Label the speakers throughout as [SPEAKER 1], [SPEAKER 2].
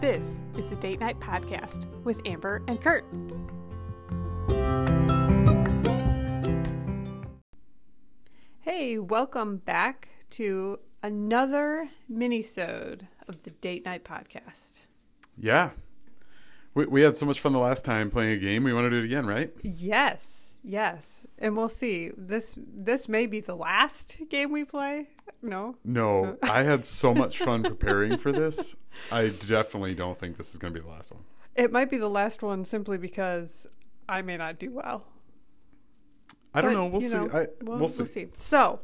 [SPEAKER 1] This is the Date Night Podcast with Amber and Kurt. Hey, welcome back to another minisode of the Date Night Podcast.
[SPEAKER 2] Yeah. We, we had so much fun the last time playing a game. We want to do it again, right?
[SPEAKER 1] Yes, yes, and we'll see. This this may be the last game we play. No,
[SPEAKER 2] No, I had so much fun preparing for this. I definitely don't think this is going to be the last one.
[SPEAKER 1] it might be the last one simply because I may not do well.
[SPEAKER 2] I don't
[SPEAKER 1] But,
[SPEAKER 2] know. We'll
[SPEAKER 1] you
[SPEAKER 2] see. I, we'll,
[SPEAKER 1] we'll
[SPEAKER 2] see.
[SPEAKER 1] So,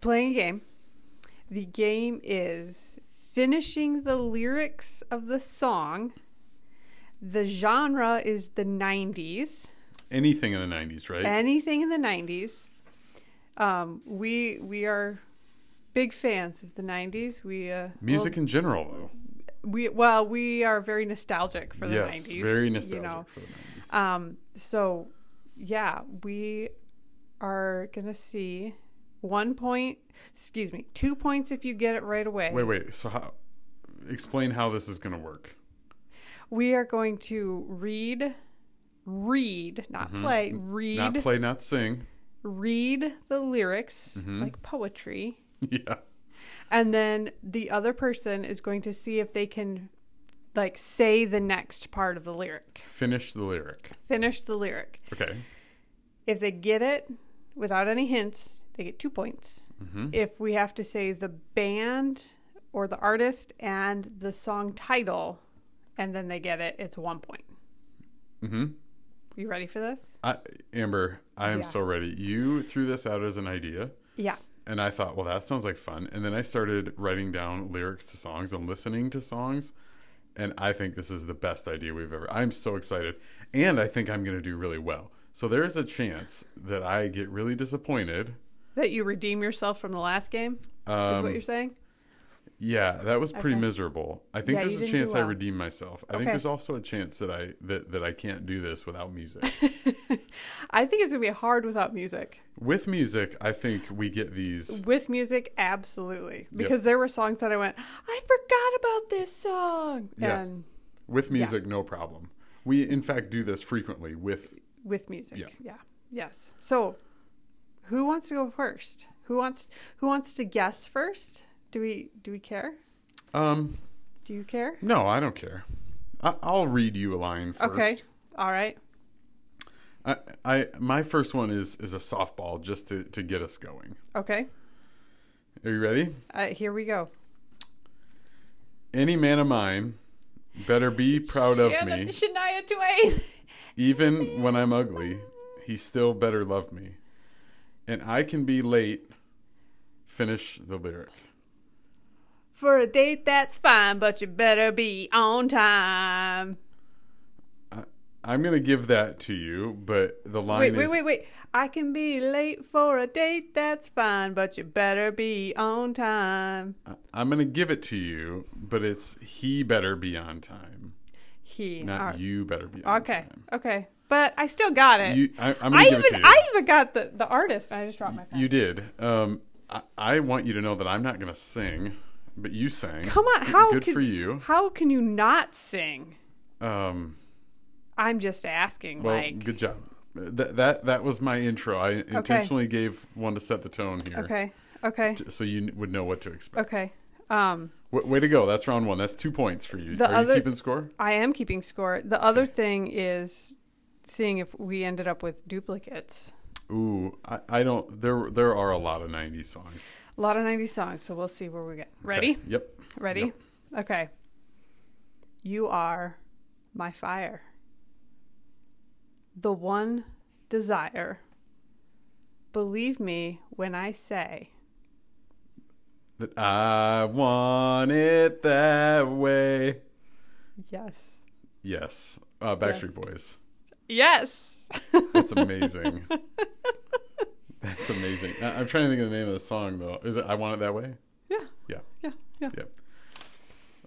[SPEAKER 1] playing a game. The game is finishing the lyrics of the song. The genre is the 90s,
[SPEAKER 2] Anything in the 90s, right?
[SPEAKER 1] anything in the 90s. Um, we we are big fans of the 90s. We uh,
[SPEAKER 2] Music in general, though.
[SPEAKER 1] Well, we well we are very nostalgic for the
[SPEAKER 2] yes,
[SPEAKER 1] 90s.
[SPEAKER 2] very
[SPEAKER 1] you
[SPEAKER 2] nostalgic
[SPEAKER 1] know.
[SPEAKER 2] for the 90s.
[SPEAKER 1] Um, so, yeah, we are going to see one point, excuse me, two points if you get it right away.
[SPEAKER 2] Wait, wait. So how? Explain how this is going to work.
[SPEAKER 1] We are going to read, read, not play, read,
[SPEAKER 2] Not play, not sing.
[SPEAKER 1] read the lyrics like poetry.
[SPEAKER 2] Yeah.
[SPEAKER 1] And then the other person is going to see if they can like say the next part of the lyric,
[SPEAKER 2] Finish the lyric.
[SPEAKER 1] finish the lyric.
[SPEAKER 2] Okay.
[SPEAKER 1] If they get it without any hints, they get two points.
[SPEAKER 2] Mm-hmm.
[SPEAKER 1] If we have to say the band or the artist and the song title, and then they get it, it's one point.
[SPEAKER 2] Mm-hmm.
[SPEAKER 1] You ready for this?
[SPEAKER 2] I, Amber, I am
[SPEAKER 1] Yeah.
[SPEAKER 2] so ready. You threw this out as an idea.
[SPEAKER 1] Yeah.
[SPEAKER 2] And I thought, well, that sounds like fun. And then I started writing down lyrics to songs and listening to songs. And I think this is the best idea we've ever. I'm so excited. And I think I'm going to do really well. So there is a chance that I get really disappointed.
[SPEAKER 1] That you redeem yourself from the last game is
[SPEAKER 2] Um,
[SPEAKER 1] what you're saying?
[SPEAKER 2] yeah, that was pretty
[SPEAKER 1] Okay.
[SPEAKER 2] miserable. I think
[SPEAKER 1] Yeah, you
[SPEAKER 2] there's a
[SPEAKER 1] didn't do
[SPEAKER 2] chance
[SPEAKER 1] well.
[SPEAKER 2] I redeem myself. I
[SPEAKER 1] Okay.
[SPEAKER 2] think there's also a chance that I that, that I can't do this without music.
[SPEAKER 1] I think it's going to be hard without music.
[SPEAKER 2] With music, I think we get these.
[SPEAKER 1] With music, absolutely. Because there were songs that I went, I forgot about this song.
[SPEAKER 2] Yeah.
[SPEAKER 1] And
[SPEAKER 2] With music, no problem. We in fact do this frequently with
[SPEAKER 1] with music. Yeah.
[SPEAKER 2] Yeah.
[SPEAKER 1] Yes. So, who wants to go first? Who wants who wants to guess first? Do we do we care?
[SPEAKER 2] um
[SPEAKER 1] Do you care?
[SPEAKER 2] No, I don't care. I, I'll read you a line first.
[SPEAKER 1] Okay. All right.
[SPEAKER 2] I, I my first one is is a softball just to to get us going.
[SPEAKER 1] Okay.
[SPEAKER 2] Are you ready?
[SPEAKER 1] Uh, here we go.
[SPEAKER 2] Any man of mine better be proud of
[SPEAKER 1] Shanna-
[SPEAKER 2] me,
[SPEAKER 1] Shania Twain.
[SPEAKER 2] even when I'm ugly. He still better love me, and I can be late. Finish the lyric.
[SPEAKER 1] For a date, that's fine, but you better be on time.
[SPEAKER 2] I, I'm gonna give that to you, but the line
[SPEAKER 1] Wait,
[SPEAKER 2] is
[SPEAKER 1] wait, wait, wait. I can be late for a date, that's fine, but you better be on time.
[SPEAKER 2] I, I'm gonna give it to you, but it's he better be on time,
[SPEAKER 1] He.
[SPEAKER 2] not
[SPEAKER 1] all right.
[SPEAKER 2] you better be on
[SPEAKER 1] Okay.
[SPEAKER 2] time.
[SPEAKER 1] Okay. But I still got it.
[SPEAKER 2] You, I, I'm gonna
[SPEAKER 1] I
[SPEAKER 2] give it to
[SPEAKER 1] even
[SPEAKER 2] you.
[SPEAKER 1] I even got the the artist. And I just dropped my pen.
[SPEAKER 2] You did. Um, I, I want you to know that I'm not going to sing, but you sang.
[SPEAKER 1] Come on, how
[SPEAKER 2] Good
[SPEAKER 1] can,
[SPEAKER 2] for you.
[SPEAKER 1] How can you not sing?
[SPEAKER 2] Um,
[SPEAKER 1] I'm just asking.
[SPEAKER 2] well,
[SPEAKER 1] like
[SPEAKER 2] good job. That, that that was my intro. I intentionally gave one to set the tone here,
[SPEAKER 1] okay, okay,
[SPEAKER 2] so you kn- would know what to expect.
[SPEAKER 1] okay. Um,
[SPEAKER 2] W- way to go! That's round one. That's two points for you.
[SPEAKER 1] The
[SPEAKER 2] Are
[SPEAKER 1] other-
[SPEAKER 2] you keeping score?
[SPEAKER 1] I am keeping score. The other thing is seeing if we ended up with duplicates.
[SPEAKER 2] Ooh, I, I don't. There there are a lot of '90s songs.
[SPEAKER 1] A lot of 90 songs, so we'll see where we get.
[SPEAKER 2] Okay.
[SPEAKER 1] Ready?
[SPEAKER 2] Yep.
[SPEAKER 1] Ready?
[SPEAKER 2] Yep.
[SPEAKER 1] Okay. You are my fire. The one desire. Believe me when I say.
[SPEAKER 2] That I want it that way.
[SPEAKER 1] Yes.
[SPEAKER 2] Yes. Uh, Backstreet Boys.
[SPEAKER 1] Yes.
[SPEAKER 2] That's amazing. That's amazing. I- I'm trying to think of the name of the song though. Is it "I Want It That Way"?
[SPEAKER 1] yeah.
[SPEAKER 2] Yeah.
[SPEAKER 1] Yeah. Yeah.
[SPEAKER 2] Yep.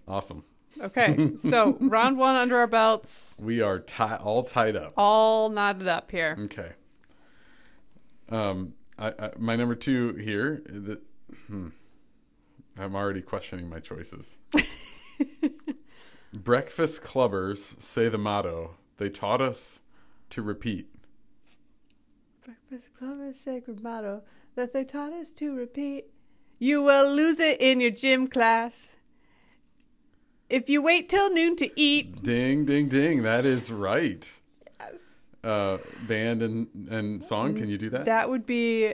[SPEAKER 2] Awesome.
[SPEAKER 1] Okay. So round one under our belts,
[SPEAKER 2] We are ti- all tied up.
[SPEAKER 1] all knotted up here.
[SPEAKER 2] Okay. Um, I, I my number two here. The, hmm, I'm already questioning my choices. Breakfast clubbers say the motto, they taught us to repeat.
[SPEAKER 1] Breakfast Club's sacred motto that they taught us to repeat. You will lose it in your gym class. If you wait till noon to eat,
[SPEAKER 2] Ding, ding, ding. That is right. Uh, band and, and song, can you do that?
[SPEAKER 1] that would be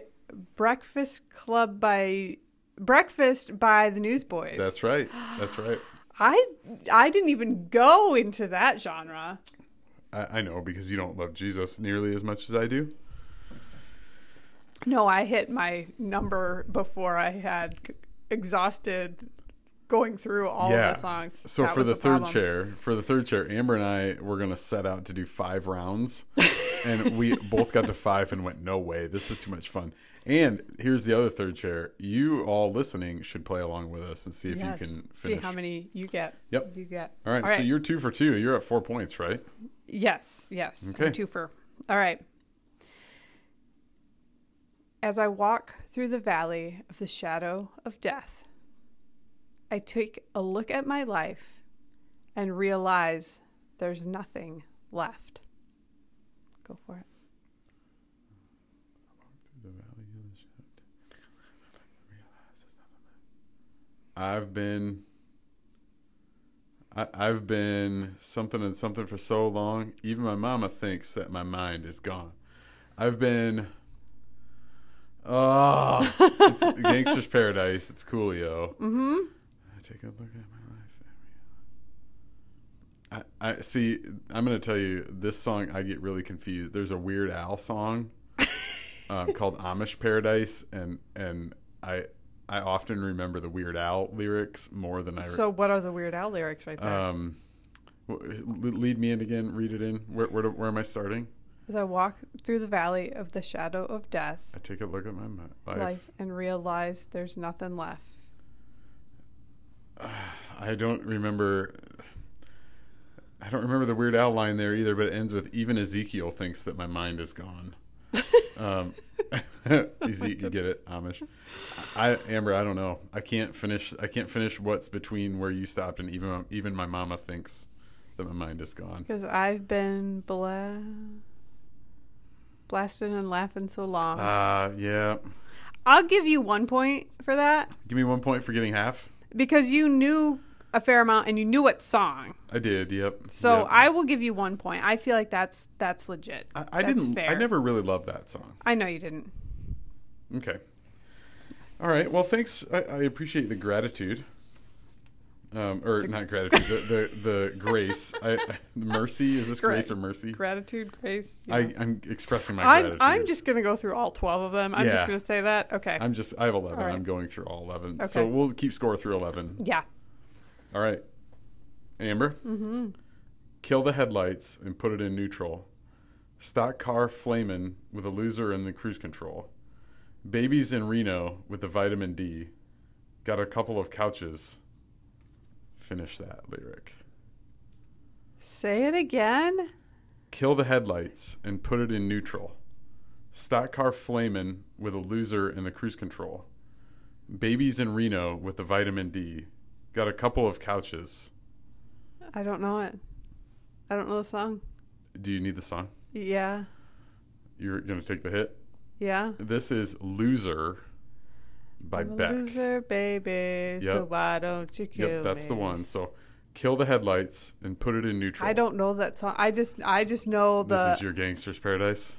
[SPEAKER 1] Breakfast Club by Breakfast by the Newsboys.
[SPEAKER 2] That's right. That's right.
[SPEAKER 1] I I didn't even go into that genre.
[SPEAKER 2] I, I know because you don't love Jesus nearly as much as I do.
[SPEAKER 1] No, I hit my number before I had c- exhausted going through all of the songs.
[SPEAKER 2] So
[SPEAKER 1] That
[SPEAKER 2] for
[SPEAKER 1] was
[SPEAKER 2] the, third
[SPEAKER 1] problem.
[SPEAKER 2] chair, for the third chair, Amber and I were gonna set out to do five rounds, and we both got to five and went, "No way, this is too much fun." And here's the other third chair. You all listening should play along with us and see if
[SPEAKER 1] Yes.
[SPEAKER 2] you can
[SPEAKER 1] see
[SPEAKER 2] finish.
[SPEAKER 1] how many you get.
[SPEAKER 2] Yep.
[SPEAKER 1] You get.
[SPEAKER 2] all right, so you're two for two. You're at four points, right?
[SPEAKER 1] Yes, yes. I'm
[SPEAKER 2] Okay.
[SPEAKER 1] Two for. All right. As I walk through the valley of the shadow of death, I take a look at my life and realize there's nothing left. Go for it.
[SPEAKER 2] I've been I, I've been something and something for so long, even my mama thinks that my mind is gone. I've been Oh it's Gangster's Paradise, it's Coolio. Mm-hmm. I take a look at my life. I, I see I'm gonna tell you this song I get really confused. There's a weird owl song um, called Amish Paradise, and and I I often remember the Weird Al lyrics more than I. re-
[SPEAKER 1] So, what are the Weird Al lyrics right there?
[SPEAKER 2] um, w- lead me in again. Read it in. Where where, do, where am I starting?
[SPEAKER 1] As I walk through the valley of the shadow of death,
[SPEAKER 2] I take a look at my mi- life.
[SPEAKER 1] life, and realize there's nothing left.
[SPEAKER 2] I don't remember. I don't remember the Weird Al line there either, but it ends with even Ezekiel thinks that my mind is gone. Um, Eze- you get it, Amish. I Amber, I don't know. I can't finish. I can't finish what's between where you stopped and even even my mama thinks that my mind is gone.
[SPEAKER 1] Because I've been bla- blasting and laughing so long.
[SPEAKER 2] Uh yeah.
[SPEAKER 1] I'll give you one point for that
[SPEAKER 2] Give me one point for getting half.
[SPEAKER 1] because you knew a fair amount and you knew what song.
[SPEAKER 2] I did. Yep.
[SPEAKER 1] So
[SPEAKER 2] Yep.
[SPEAKER 1] I will give you one point. I feel like that's that's legit.
[SPEAKER 2] I, I
[SPEAKER 1] That's
[SPEAKER 2] didn't. I
[SPEAKER 1] fair.
[SPEAKER 2] never really loved that song.
[SPEAKER 1] I know you didn't.
[SPEAKER 2] Okay. All right. Well, thanks. I, I appreciate the gratitude. Um, or not gratitude, the, the, the grace. I, I, mercy. Is this
[SPEAKER 1] Gra-
[SPEAKER 2] grace or mercy?
[SPEAKER 1] Gratitude, grace. you know.
[SPEAKER 2] I, I'm expressing my
[SPEAKER 1] I'm
[SPEAKER 2] gratitude.
[SPEAKER 1] I'm just gonna go through all twelve of them. I'm
[SPEAKER 2] Yeah.
[SPEAKER 1] just gonna say that. Okay.
[SPEAKER 2] I'm just, I have 11.
[SPEAKER 1] All right.
[SPEAKER 2] I'm going through all 11. So
[SPEAKER 1] Okay.
[SPEAKER 2] we'll keep score through 11.
[SPEAKER 1] yeah.
[SPEAKER 2] All right. Amber? Mm-hmm. Kill the headlights and put it in neutral. Stock car flamin' with a loser in the cruise control. Babies in Reno with the vitamin D. Got a couple of couches. Finish that lyric.
[SPEAKER 1] Say it again.
[SPEAKER 2] Kill the headlights and put it in neutral. Stock car flamin' with a loser in the cruise control. Babies in Reno with the vitamin D. Got a couple of couches.
[SPEAKER 1] I don't know it. I don't know the song.
[SPEAKER 2] Do you need the song?
[SPEAKER 1] Yeah.
[SPEAKER 2] You're going to take the hit?
[SPEAKER 1] Yeah.
[SPEAKER 2] This is Loser by
[SPEAKER 1] I'm a
[SPEAKER 2] Beck.
[SPEAKER 1] loser, baby. So
[SPEAKER 2] Yep.
[SPEAKER 1] why don't you kill
[SPEAKER 2] Yep, that's the
[SPEAKER 1] me?
[SPEAKER 2] one. So kill the headlights and put it in neutral.
[SPEAKER 1] I don't know that song. I just I just know the
[SPEAKER 2] This is your gangster's paradise.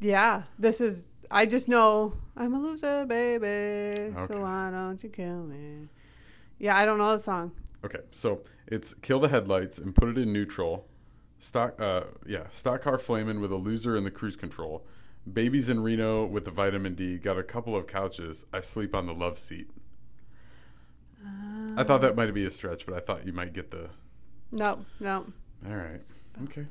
[SPEAKER 1] yeah. This is I just know I'm a loser, baby.
[SPEAKER 2] Okay.
[SPEAKER 1] So why don't you kill me? Yeah, I don't know the song.
[SPEAKER 2] Okay, so it's kill the headlights and put it in neutral. Stock, uh, yeah, stock car flaming with a loser in the cruise control. Babies in Reno with the vitamin D. Got a couple of couches. I sleep on the love seat. I thought that might be a stretch, but I thought you might get the.
[SPEAKER 1] No, no,
[SPEAKER 2] All right. Okay.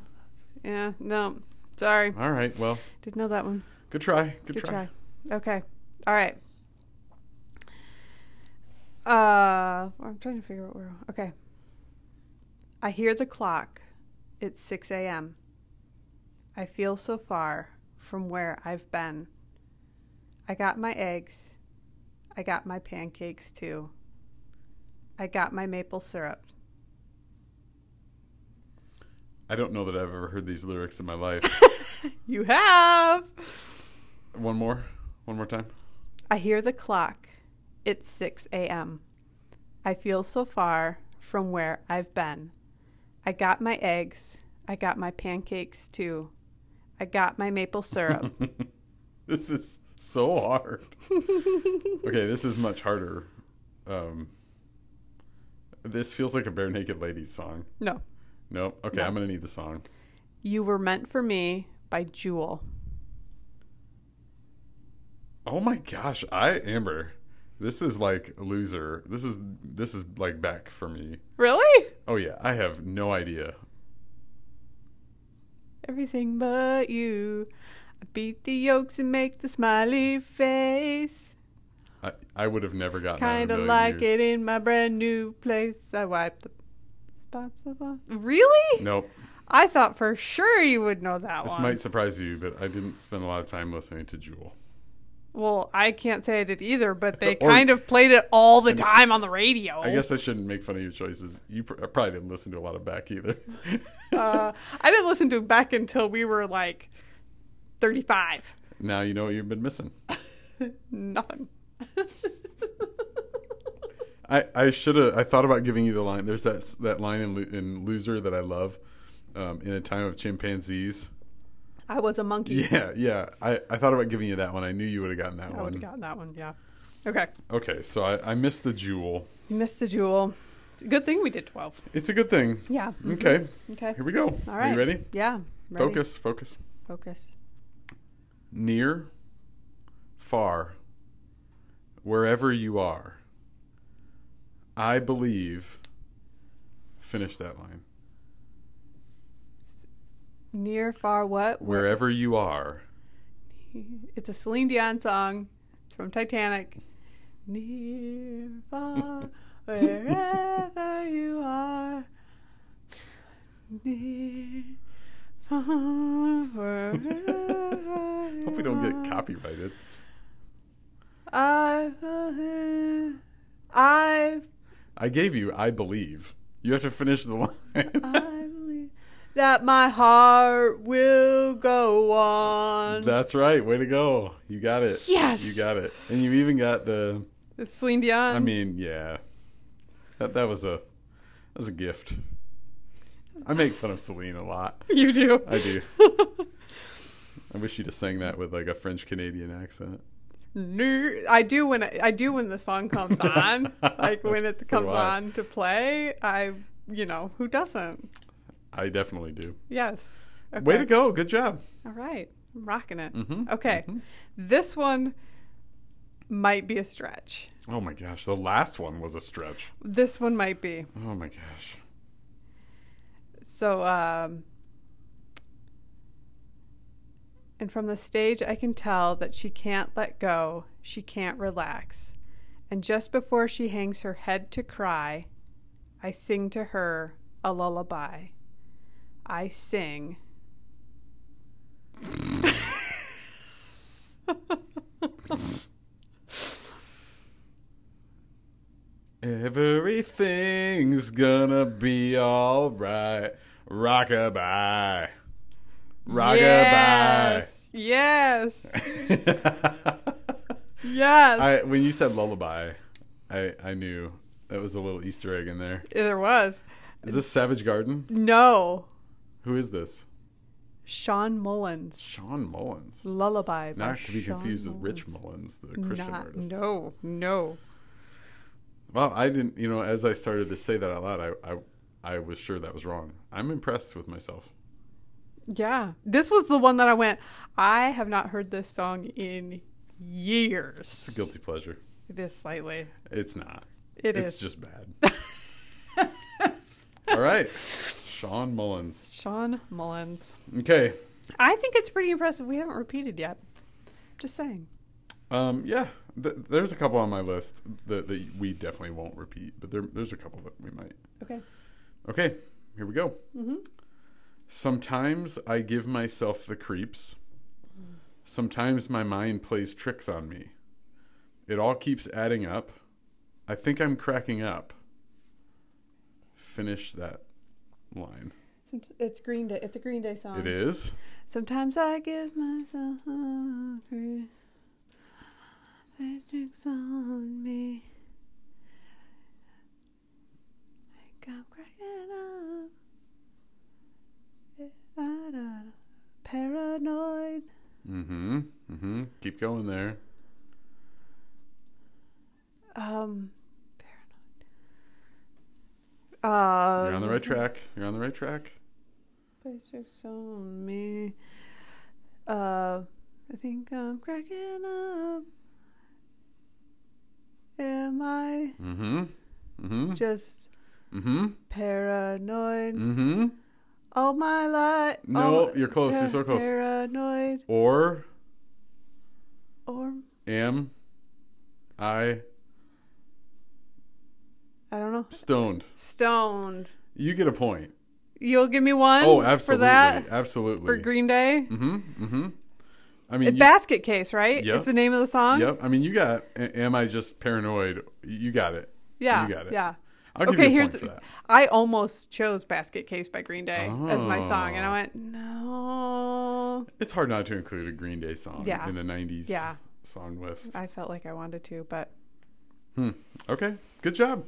[SPEAKER 1] yeah, no. Sorry,
[SPEAKER 2] All right. Well,
[SPEAKER 1] didn't know that one.
[SPEAKER 2] good try. Good,
[SPEAKER 1] Good
[SPEAKER 2] try.
[SPEAKER 1] try. Okay. All right. Uh, I'm trying to figure out where. Okay. I hear the clock. It's 6 a.m. I feel so far from where I've been. I got my eggs. I got my pancakes too. I got my maple syrup.
[SPEAKER 2] I don't know that I've ever heard these lyrics in my life.
[SPEAKER 1] You have.
[SPEAKER 2] one more, one more time.
[SPEAKER 1] I hear the clock. It's 6 a.m. I feel so far from where I've been. I got my eggs. I got my pancakes too. I got my maple syrup.
[SPEAKER 2] This is so hard. okay, this is much harder. Um, this feels like a bare naked ladies song.
[SPEAKER 1] no.
[SPEAKER 2] Nope. Okay, I'm gonna need the song.
[SPEAKER 1] You Were Meant for Me by Jewel.
[SPEAKER 2] Oh my gosh, I Amber, this is like loser. This is this is like back for me.
[SPEAKER 1] Really?
[SPEAKER 2] Oh yeah, I have no idea.
[SPEAKER 1] Everything but you. I beat the yolks and make the smiley face.
[SPEAKER 2] I I would have never gotten that in a
[SPEAKER 1] Kinda
[SPEAKER 2] million
[SPEAKER 1] like
[SPEAKER 2] years.
[SPEAKER 1] it in my brand new place. I wipe the spots of my. Really?
[SPEAKER 2] Nope.
[SPEAKER 1] I thought for sure you would know that
[SPEAKER 2] This
[SPEAKER 1] one.
[SPEAKER 2] might surprise you, but I didn't spend a lot of time listening to Jewel.
[SPEAKER 1] Well, I can't say I did either, but they
[SPEAKER 2] Or-
[SPEAKER 1] kind of played it all the time on the radio.
[SPEAKER 2] I guess I shouldn't make fun of your choices. You pr- I probably didn't listen to a lot of Beck either.
[SPEAKER 1] uh, I didn't listen to it back until we were like 35.
[SPEAKER 2] now you know what you've been missing.
[SPEAKER 1] Nothing.
[SPEAKER 2] I, I should have. I thought about giving you the line. There's that s- that line in, Lo- in Loser that I love. Um, in a time of chimpanzees.
[SPEAKER 1] I was a monkey.
[SPEAKER 2] Yeah, yeah. I, I thought about giving you that one. I knew you would have gotten that
[SPEAKER 1] I would
[SPEAKER 2] one.
[SPEAKER 1] have gotten that one, yeah. Okay.
[SPEAKER 2] okay, so I, I missed the jewel.
[SPEAKER 1] You missed the jewel. It's a good thing we did 12.
[SPEAKER 2] It's a good thing.
[SPEAKER 1] Yeah.
[SPEAKER 2] Okay,
[SPEAKER 1] Okay.
[SPEAKER 2] here we go.
[SPEAKER 1] All right.
[SPEAKER 2] Are you Mm-hmm. ready?
[SPEAKER 1] Yeah. Ready.
[SPEAKER 2] Focus, focus.
[SPEAKER 1] Focus.
[SPEAKER 2] Near, far, wherever you are, I believe. Finish that line.
[SPEAKER 1] Near, far, what?
[SPEAKER 2] Wherever you are,
[SPEAKER 1] It's a Celine Dion song It's from Titanic. Near, far, wherever you are. Near, far, wherever you
[SPEAKER 2] Hope we don't
[SPEAKER 1] are.
[SPEAKER 2] get copyrighted.
[SPEAKER 1] I, believe- I,
[SPEAKER 2] I gave you I believe. You have to finish the
[SPEAKER 1] I
[SPEAKER 2] line.
[SPEAKER 1] believe that my heart will go on.
[SPEAKER 2] That's right. Way to go. You got it.
[SPEAKER 1] Yes.
[SPEAKER 2] You got it. And you even got the
[SPEAKER 1] It's Celine Dion.
[SPEAKER 2] I mean, yeah. That that was a that was a gift. I make fun of Celine a lot.
[SPEAKER 1] you do.
[SPEAKER 2] I do. I wish you'd have sang that with like a French Canadian accent.
[SPEAKER 1] Ner- I do when I, I do when the song comes on, like when it
[SPEAKER 2] So
[SPEAKER 1] comes
[SPEAKER 2] do I.
[SPEAKER 1] on to play. I, you know, who doesn't?
[SPEAKER 2] I definitely do.
[SPEAKER 1] Yes. Okay.
[SPEAKER 2] Way to go. Good job.
[SPEAKER 1] All right, I'm rocking it.
[SPEAKER 2] Mhm,
[SPEAKER 1] Okay, this one might be a stretch.
[SPEAKER 2] Oh my gosh. The last one was a stretch.
[SPEAKER 1] This one might be.
[SPEAKER 2] Oh my gosh.
[SPEAKER 1] So, um, and from the stage, I can tell that she can't let go, she can't relax. And just before she hangs her head to cry, I sing to her a lullaby. I sing.
[SPEAKER 2] Everything's gonna be alright. Rockabye. Rockabye.
[SPEAKER 1] Yes. Yes. yes.
[SPEAKER 2] I when you said lullaby, I I knew that was a little Easter egg in there.
[SPEAKER 1] there was.
[SPEAKER 2] Is this Savage Garden?
[SPEAKER 1] No.
[SPEAKER 2] Who is this?
[SPEAKER 1] Sean Mullins.
[SPEAKER 2] Sean Mullins.
[SPEAKER 1] Lullaby. by
[SPEAKER 2] Not to be
[SPEAKER 1] Sean
[SPEAKER 2] confused with Rich
[SPEAKER 1] Mullins.
[SPEAKER 2] Mullins, the Christian
[SPEAKER 1] Not-
[SPEAKER 2] artist.
[SPEAKER 1] No, no.
[SPEAKER 2] Wow, I didn't. You know, as I started to say that out loud, I I, I was sure that was wrong. I'm impressed with myself.
[SPEAKER 1] Yeah. This was the one that I went, I have not heard this song in years. It's
[SPEAKER 2] It's a guilty pleasure.
[SPEAKER 1] It is slightly.
[SPEAKER 2] It's not.
[SPEAKER 1] It
[SPEAKER 2] it's
[SPEAKER 1] is.
[SPEAKER 2] just bad. All right, Sean Mullins.
[SPEAKER 1] Sean Mullins.
[SPEAKER 2] Okay.
[SPEAKER 1] I think it's pretty impressive. We haven't repeated yet. Just saying.
[SPEAKER 2] Um, yeah, th- there's a couple on my list that, that we definitely won't repeat, but there, there's a couple that we might.
[SPEAKER 1] Okay.
[SPEAKER 2] Okay, here we go.
[SPEAKER 1] Mm-hmm.
[SPEAKER 2] Sometimes I give myself the creeps. Sometimes my mind plays tricks on me. It all keeps adding up. I think I'm cracking up. Finish that line.
[SPEAKER 1] Somet- It's Green Day. It's a Green Day song.
[SPEAKER 2] It is.
[SPEAKER 1] Sometimes I give myself hungry. They tricks on me. Think I'm cracking up. Da, da, da. Paranoid.
[SPEAKER 2] Mm-hmm. Mm-hmm. Keep going there.
[SPEAKER 1] Um, paranoid. Uh,
[SPEAKER 2] You're on the right track. You're on the right track.
[SPEAKER 1] They tricks on me. Uh, I think I'm cracking up. Am I
[SPEAKER 2] Mm-hmm. Mm-hmm.
[SPEAKER 1] just
[SPEAKER 2] Mm-hmm.
[SPEAKER 1] paranoid
[SPEAKER 2] Mm-hmm.
[SPEAKER 1] all my life?
[SPEAKER 2] No,
[SPEAKER 1] all-
[SPEAKER 2] you're close, you're so close.
[SPEAKER 1] Paranoid
[SPEAKER 2] Or
[SPEAKER 1] or
[SPEAKER 2] am I
[SPEAKER 1] I don't know.
[SPEAKER 2] stoned?
[SPEAKER 1] Stoned.
[SPEAKER 2] You get a point.
[SPEAKER 1] You'll give me one.
[SPEAKER 2] Oh, absolutely.
[SPEAKER 1] For that?
[SPEAKER 2] Absolutely.
[SPEAKER 1] For Green Day?
[SPEAKER 2] mm-hmm. Mm-hmm. I mean, you-
[SPEAKER 1] Basket Case, right?
[SPEAKER 2] Yep.
[SPEAKER 1] It's the name of the song?
[SPEAKER 2] yep. I mean, you got. a- Am I just paranoid? You got it.
[SPEAKER 1] Yeah.
[SPEAKER 2] You got it.
[SPEAKER 1] Yeah.
[SPEAKER 2] I'll give
[SPEAKER 1] Okay,
[SPEAKER 2] you a
[SPEAKER 1] here's
[SPEAKER 2] point for
[SPEAKER 1] the,
[SPEAKER 2] that.
[SPEAKER 1] I almost chose Basket Case by Green Day as my song, and
[SPEAKER 2] Oh.
[SPEAKER 1] I went, no.
[SPEAKER 2] It's hard not to include a Green Day song
[SPEAKER 1] Yeah.
[SPEAKER 2] in the '90s
[SPEAKER 1] Yeah. Uh,
[SPEAKER 2] song list. Hmm,
[SPEAKER 1] I felt like I wanted to, but
[SPEAKER 2] Okay, good job.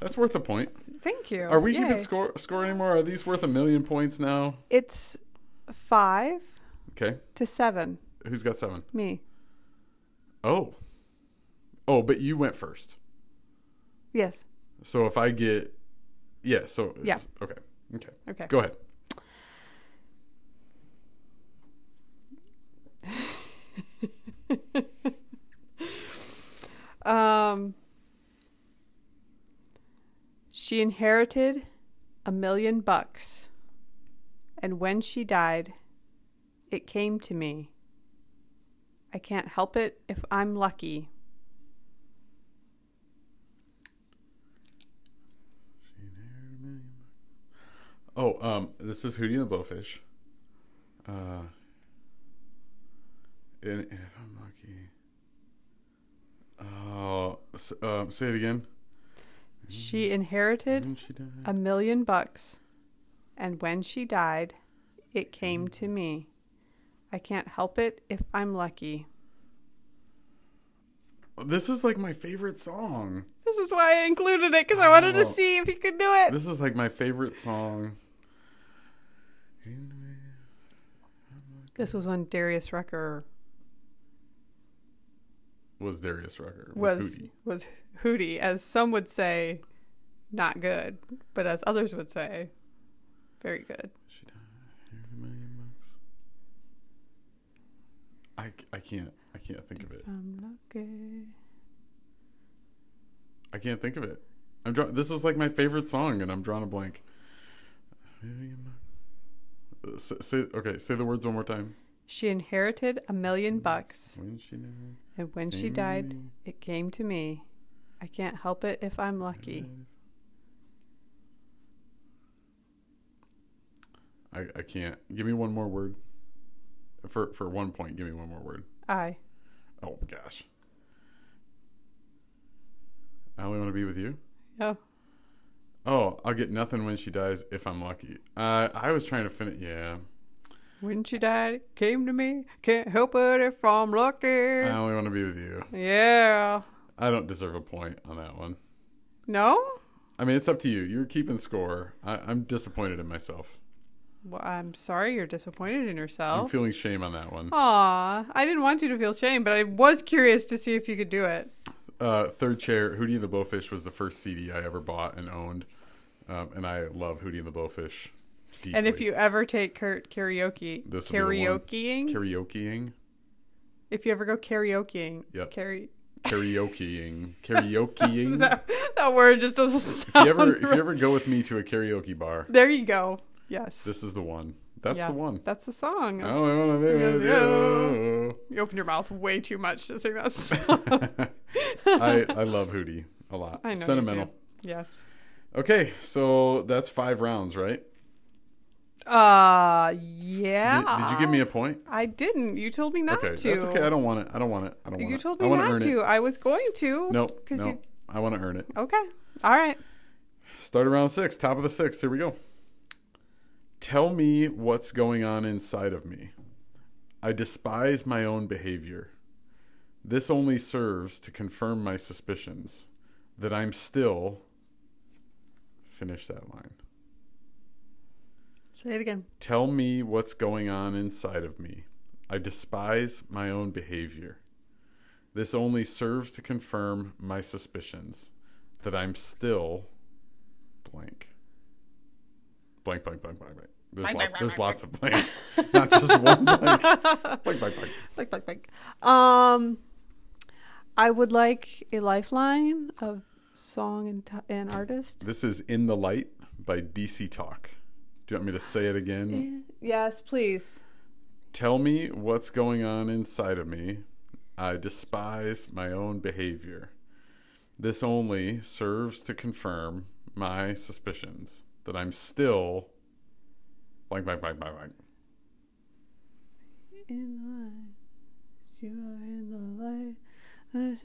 [SPEAKER 2] That's worth a point.
[SPEAKER 1] thank you.
[SPEAKER 2] Are we
[SPEAKER 1] Yay.
[SPEAKER 2] keeping score score anymore? Are these worth a million points now?
[SPEAKER 1] It's five
[SPEAKER 2] Okay,
[SPEAKER 1] to seven.
[SPEAKER 2] who's got seven?
[SPEAKER 1] Me.
[SPEAKER 2] Oh, oh, but you went first.
[SPEAKER 1] Yes.
[SPEAKER 2] So if I get, yeah. So
[SPEAKER 1] Yeah.
[SPEAKER 2] it's- Okay. Okay.
[SPEAKER 1] Okay.
[SPEAKER 2] Go ahead.
[SPEAKER 1] Um, she inherited a million bucks, and when she died, it came to me. I can't help it if I'm lucky.
[SPEAKER 2] Oh, um, this is Hootie and the Blowfish. Uh, and, and if I'm lucky. Oh, s- um, say it again.
[SPEAKER 1] She
[SPEAKER 2] Mm.
[SPEAKER 1] inherited
[SPEAKER 2] Didn't she die?
[SPEAKER 1] a million bucks, and when she died, it came to me. I can't help it if I'm lucky.
[SPEAKER 2] This is like my favorite song.
[SPEAKER 1] This is why I included it because I wanted to
[SPEAKER 2] Oh.
[SPEAKER 1] see if you could do it.
[SPEAKER 2] This is like my favorite song.
[SPEAKER 1] This was when Darius Rucker
[SPEAKER 2] Was Darius Rucker was,
[SPEAKER 1] was
[SPEAKER 2] Hootie.
[SPEAKER 1] was Hootie, as some would say, not good, but as others would say, very good.
[SPEAKER 2] She died every million bucks. I, c- I can't I can't think of it.
[SPEAKER 1] I'm lucky.
[SPEAKER 2] I can't think of it. I'm draw- This is like my favorite song, and I'm drawing a blank. Uh, Say, say okay. Say the words one more time.
[SPEAKER 1] She inherited a million bucks,
[SPEAKER 2] When she died,
[SPEAKER 1] and when she
[SPEAKER 2] came to
[SPEAKER 1] died,
[SPEAKER 2] me.
[SPEAKER 1] it came to me. I can't help it if I'm lucky.
[SPEAKER 2] I, I can't. Give me one more word. For for one point, give me one more word.
[SPEAKER 1] I.
[SPEAKER 2] Oh gosh. I only want to be with you.
[SPEAKER 1] Oh,
[SPEAKER 2] Oh, I'll get nothing when she dies if I'm lucky. Uh, I was trying to finish. Yeah.
[SPEAKER 1] when she died, it came to me. Can't help it if I'm lucky.
[SPEAKER 2] I only want to be with you.
[SPEAKER 1] yeah.
[SPEAKER 2] I don't deserve a point on that one.
[SPEAKER 1] No?
[SPEAKER 2] I mean, it's up to you. You're keeping score. I, I'm disappointed in myself.
[SPEAKER 1] Well, I'm sorry you're disappointed in yourself.
[SPEAKER 2] I'm feeling shame on that
[SPEAKER 1] Oh.
[SPEAKER 2] one.
[SPEAKER 1] Aw, I didn't want you to feel shame, but I was curious to see if you could do it.
[SPEAKER 2] Uh, third chair, Hootie and the Blowfish was the first CD I ever bought and owned, um, and I love Hootie and the Blowfish. Deeply.
[SPEAKER 1] And if you ever take Kurt karaoke,
[SPEAKER 2] This would be the one.
[SPEAKER 1] karaokeing,
[SPEAKER 2] karaokeing,
[SPEAKER 1] if you ever go karaokeing,
[SPEAKER 2] Yep.
[SPEAKER 1] carry
[SPEAKER 2] karaokeing, karaokeing.
[SPEAKER 1] that, that word just doesn't
[SPEAKER 2] if
[SPEAKER 1] sound.
[SPEAKER 2] you ever if you
[SPEAKER 1] right.
[SPEAKER 2] ever go with me to a karaoke bar,
[SPEAKER 1] There you go. Yes,
[SPEAKER 2] this is the one. That's
[SPEAKER 1] Yeah.
[SPEAKER 2] the one.
[SPEAKER 1] That's the song.
[SPEAKER 2] I only want to be with you.
[SPEAKER 1] You opened your mouth way too much to sing that song.
[SPEAKER 2] I I love Hootie a lot.
[SPEAKER 1] I know. you do.
[SPEAKER 2] Sentimental.
[SPEAKER 1] Yes.
[SPEAKER 2] Okay, so that's five rounds, right?
[SPEAKER 1] Uh,
[SPEAKER 2] Did,
[SPEAKER 1] yeah.
[SPEAKER 2] did you give me a point?
[SPEAKER 1] I didn't. You told me not
[SPEAKER 2] Okay,
[SPEAKER 1] to.
[SPEAKER 2] that's okay. I don't want it. I don't want it. I don't want
[SPEAKER 1] You
[SPEAKER 2] it.
[SPEAKER 1] told
[SPEAKER 2] I
[SPEAKER 1] me
[SPEAKER 2] wanna
[SPEAKER 1] not
[SPEAKER 2] earn
[SPEAKER 1] to.
[SPEAKER 2] It.
[SPEAKER 1] I was going to.
[SPEAKER 2] Nope.
[SPEAKER 1] Because
[SPEAKER 2] No.
[SPEAKER 1] you.
[SPEAKER 2] I want to earn it.
[SPEAKER 1] Okay. All right.
[SPEAKER 2] Start around six. Top of the six. Here we go. Tell me what's going on inside of me. I despise my own behavior. This only serves to confirm my suspicions that I'm still. Finish that line.
[SPEAKER 1] Say it again.
[SPEAKER 2] Tell me what's going on inside of me. I despise my own behavior. This only serves to confirm my suspicions that I'm still blank. Blank, blank, blank, blank, blank. There's,
[SPEAKER 1] Blank,
[SPEAKER 2] lot,
[SPEAKER 1] blank,
[SPEAKER 2] there's
[SPEAKER 1] blank,
[SPEAKER 2] lots of blanks, not just one blank. Blank, blank, blank.
[SPEAKER 1] Like, like, like. Um, I would like a lifeline of song and, t- and artist.
[SPEAKER 2] This is In the Light by DC Talk. Do you want me to say it again?
[SPEAKER 1] Yes, please.
[SPEAKER 2] Tell me what's going on inside of me. I despise my own behavior. This only serves to confirm my suspicions that I'm still blank, blank, blank, blank, blank.
[SPEAKER 1] In the light, you are in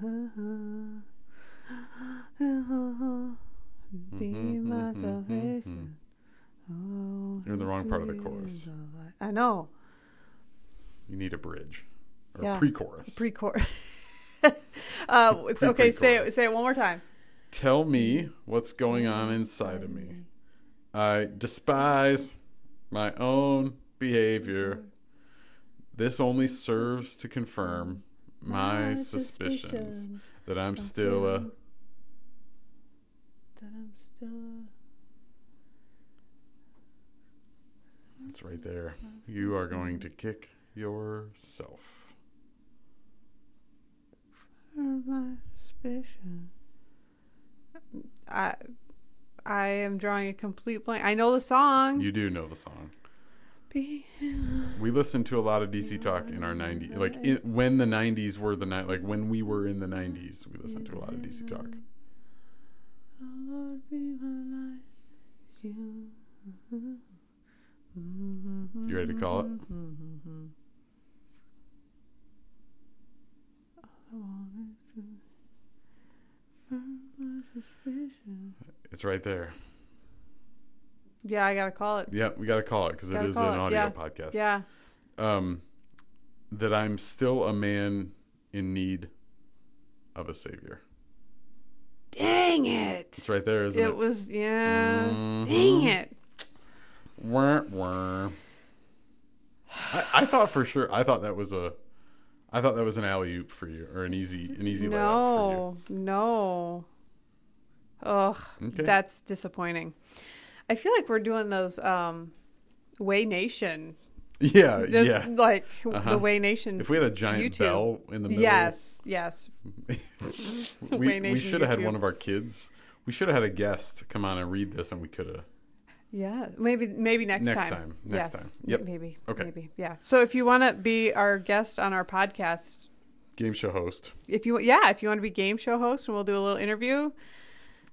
[SPEAKER 1] the light. Be
[SPEAKER 2] Mm-hmm,
[SPEAKER 1] my salvation. Oh,
[SPEAKER 2] You're in the wrong part of the
[SPEAKER 1] be
[SPEAKER 2] chorus.
[SPEAKER 1] the light. I know.
[SPEAKER 2] You need a bridge or
[SPEAKER 1] Yeah.
[SPEAKER 2] pre chorus.
[SPEAKER 1] Pre chorus. uh, it's okay. Say it.
[SPEAKER 2] Pre-chorus.
[SPEAKER 1] Say it one more time.
[SPEAKER 2] Tell me what's going on inside of me. I despise my own behavior. This only serves to confirm my suspicions
[SPEAKER 1] suspicions
[SPEAKER 2] that I'm still a.
[SPEAKER 1] that I'm still.
[SPEAKER 2] It's right there. You are going to kick yourself.
[SPEAKER 1] a- My suspicion. I, I am drawing a complete blank. I know the song.
[SPEAKER 2] You do know the song.
[SPEAKER 1] Be-
[SPEAKER 2] We listened to a lot of DC Talk in our 90s. Like in, when the 90s were the night, like when we were in the 90s, we listened to a lot of DC Talk.
[SPEAKER 1] Oh Lord, be my light. You.
[SPEAKER 2] You ready to call it? It's right there.
[SPEAKER 1] Yeah, I gotta call it.
[SPEAKER 2] Yeah, we got to call it because it
[SPEAKER 1] Gotta
[SPEAKER 2] is an
[SPEAKER 1] call it,
[SPEAKER 2] audio
[SPEAKER 1] yeah.
[SPEAKER 2] podcast.
[SPEAKER 1] Yeah.
[SPEAKER 2] um, that I'm still a man in need of a savior.
[SPEAKER 1] Dang it!
[SPEAKER 2] It's right there, isn't
[SPEAKER 1] It
[SPEAKER 2] it?
[SPEAKER 1] was yes. Dang
[SPEAKER 2] Mhm.
[SPEAKER 1] it!
[SPEAKER 2] Wah, wah. I, I thought for sure. I thought that was a. I thought that was an alley oop for you, or an easy, an easy layup
[SPEAKER 1] No, no. Ugh,
[SPEAKER 2] for you. Okay.
[SPEAKER 1] that's disappointing. I feel like we're doing those um, Way Nation.
[SPEAKER 2] yeah,
[SPEAKER 1] This-
[SPEAKER 2] yeah.
[SPEAKER 1] Like
[SPEAKER 2] Uh-huh.
[SPEAKER 1] the Way Nation.
[SPEAKER 2] If we had a giant
[SPEAKER 1] YouTube.
[SPEAKER 2] bell in the middle,
[SPEAKER 1] yes, yes.
[SPEAKER 2] we, we
[SPEAKER 1] Nation
[SPEAKER 2] should have had
[SPEAKER 1] YouTube.
[SPEAKER 2] one of our kids. We should have had a guest come on and read this, and we could have.
[SPEAKER 1] Yeah, maybe maybe next,
[SPEAKER 2] Next
[SPEAKER 1] time.
[SPEAKER 2] time, next
[SPEAKER 1] Yes,
[SPEAKER 2] time. Yep.
[SPEAKER 1] Maybe.
[SPEAKER 2] Okay.
[SPEAKER 1] Maybe. Yeah. So if you want to be our guest on our podcast,
[SPEAKER 2] Game show host,
[SPEAKER 1] if you yeah, if you want to be game show host and we'll do a little interview,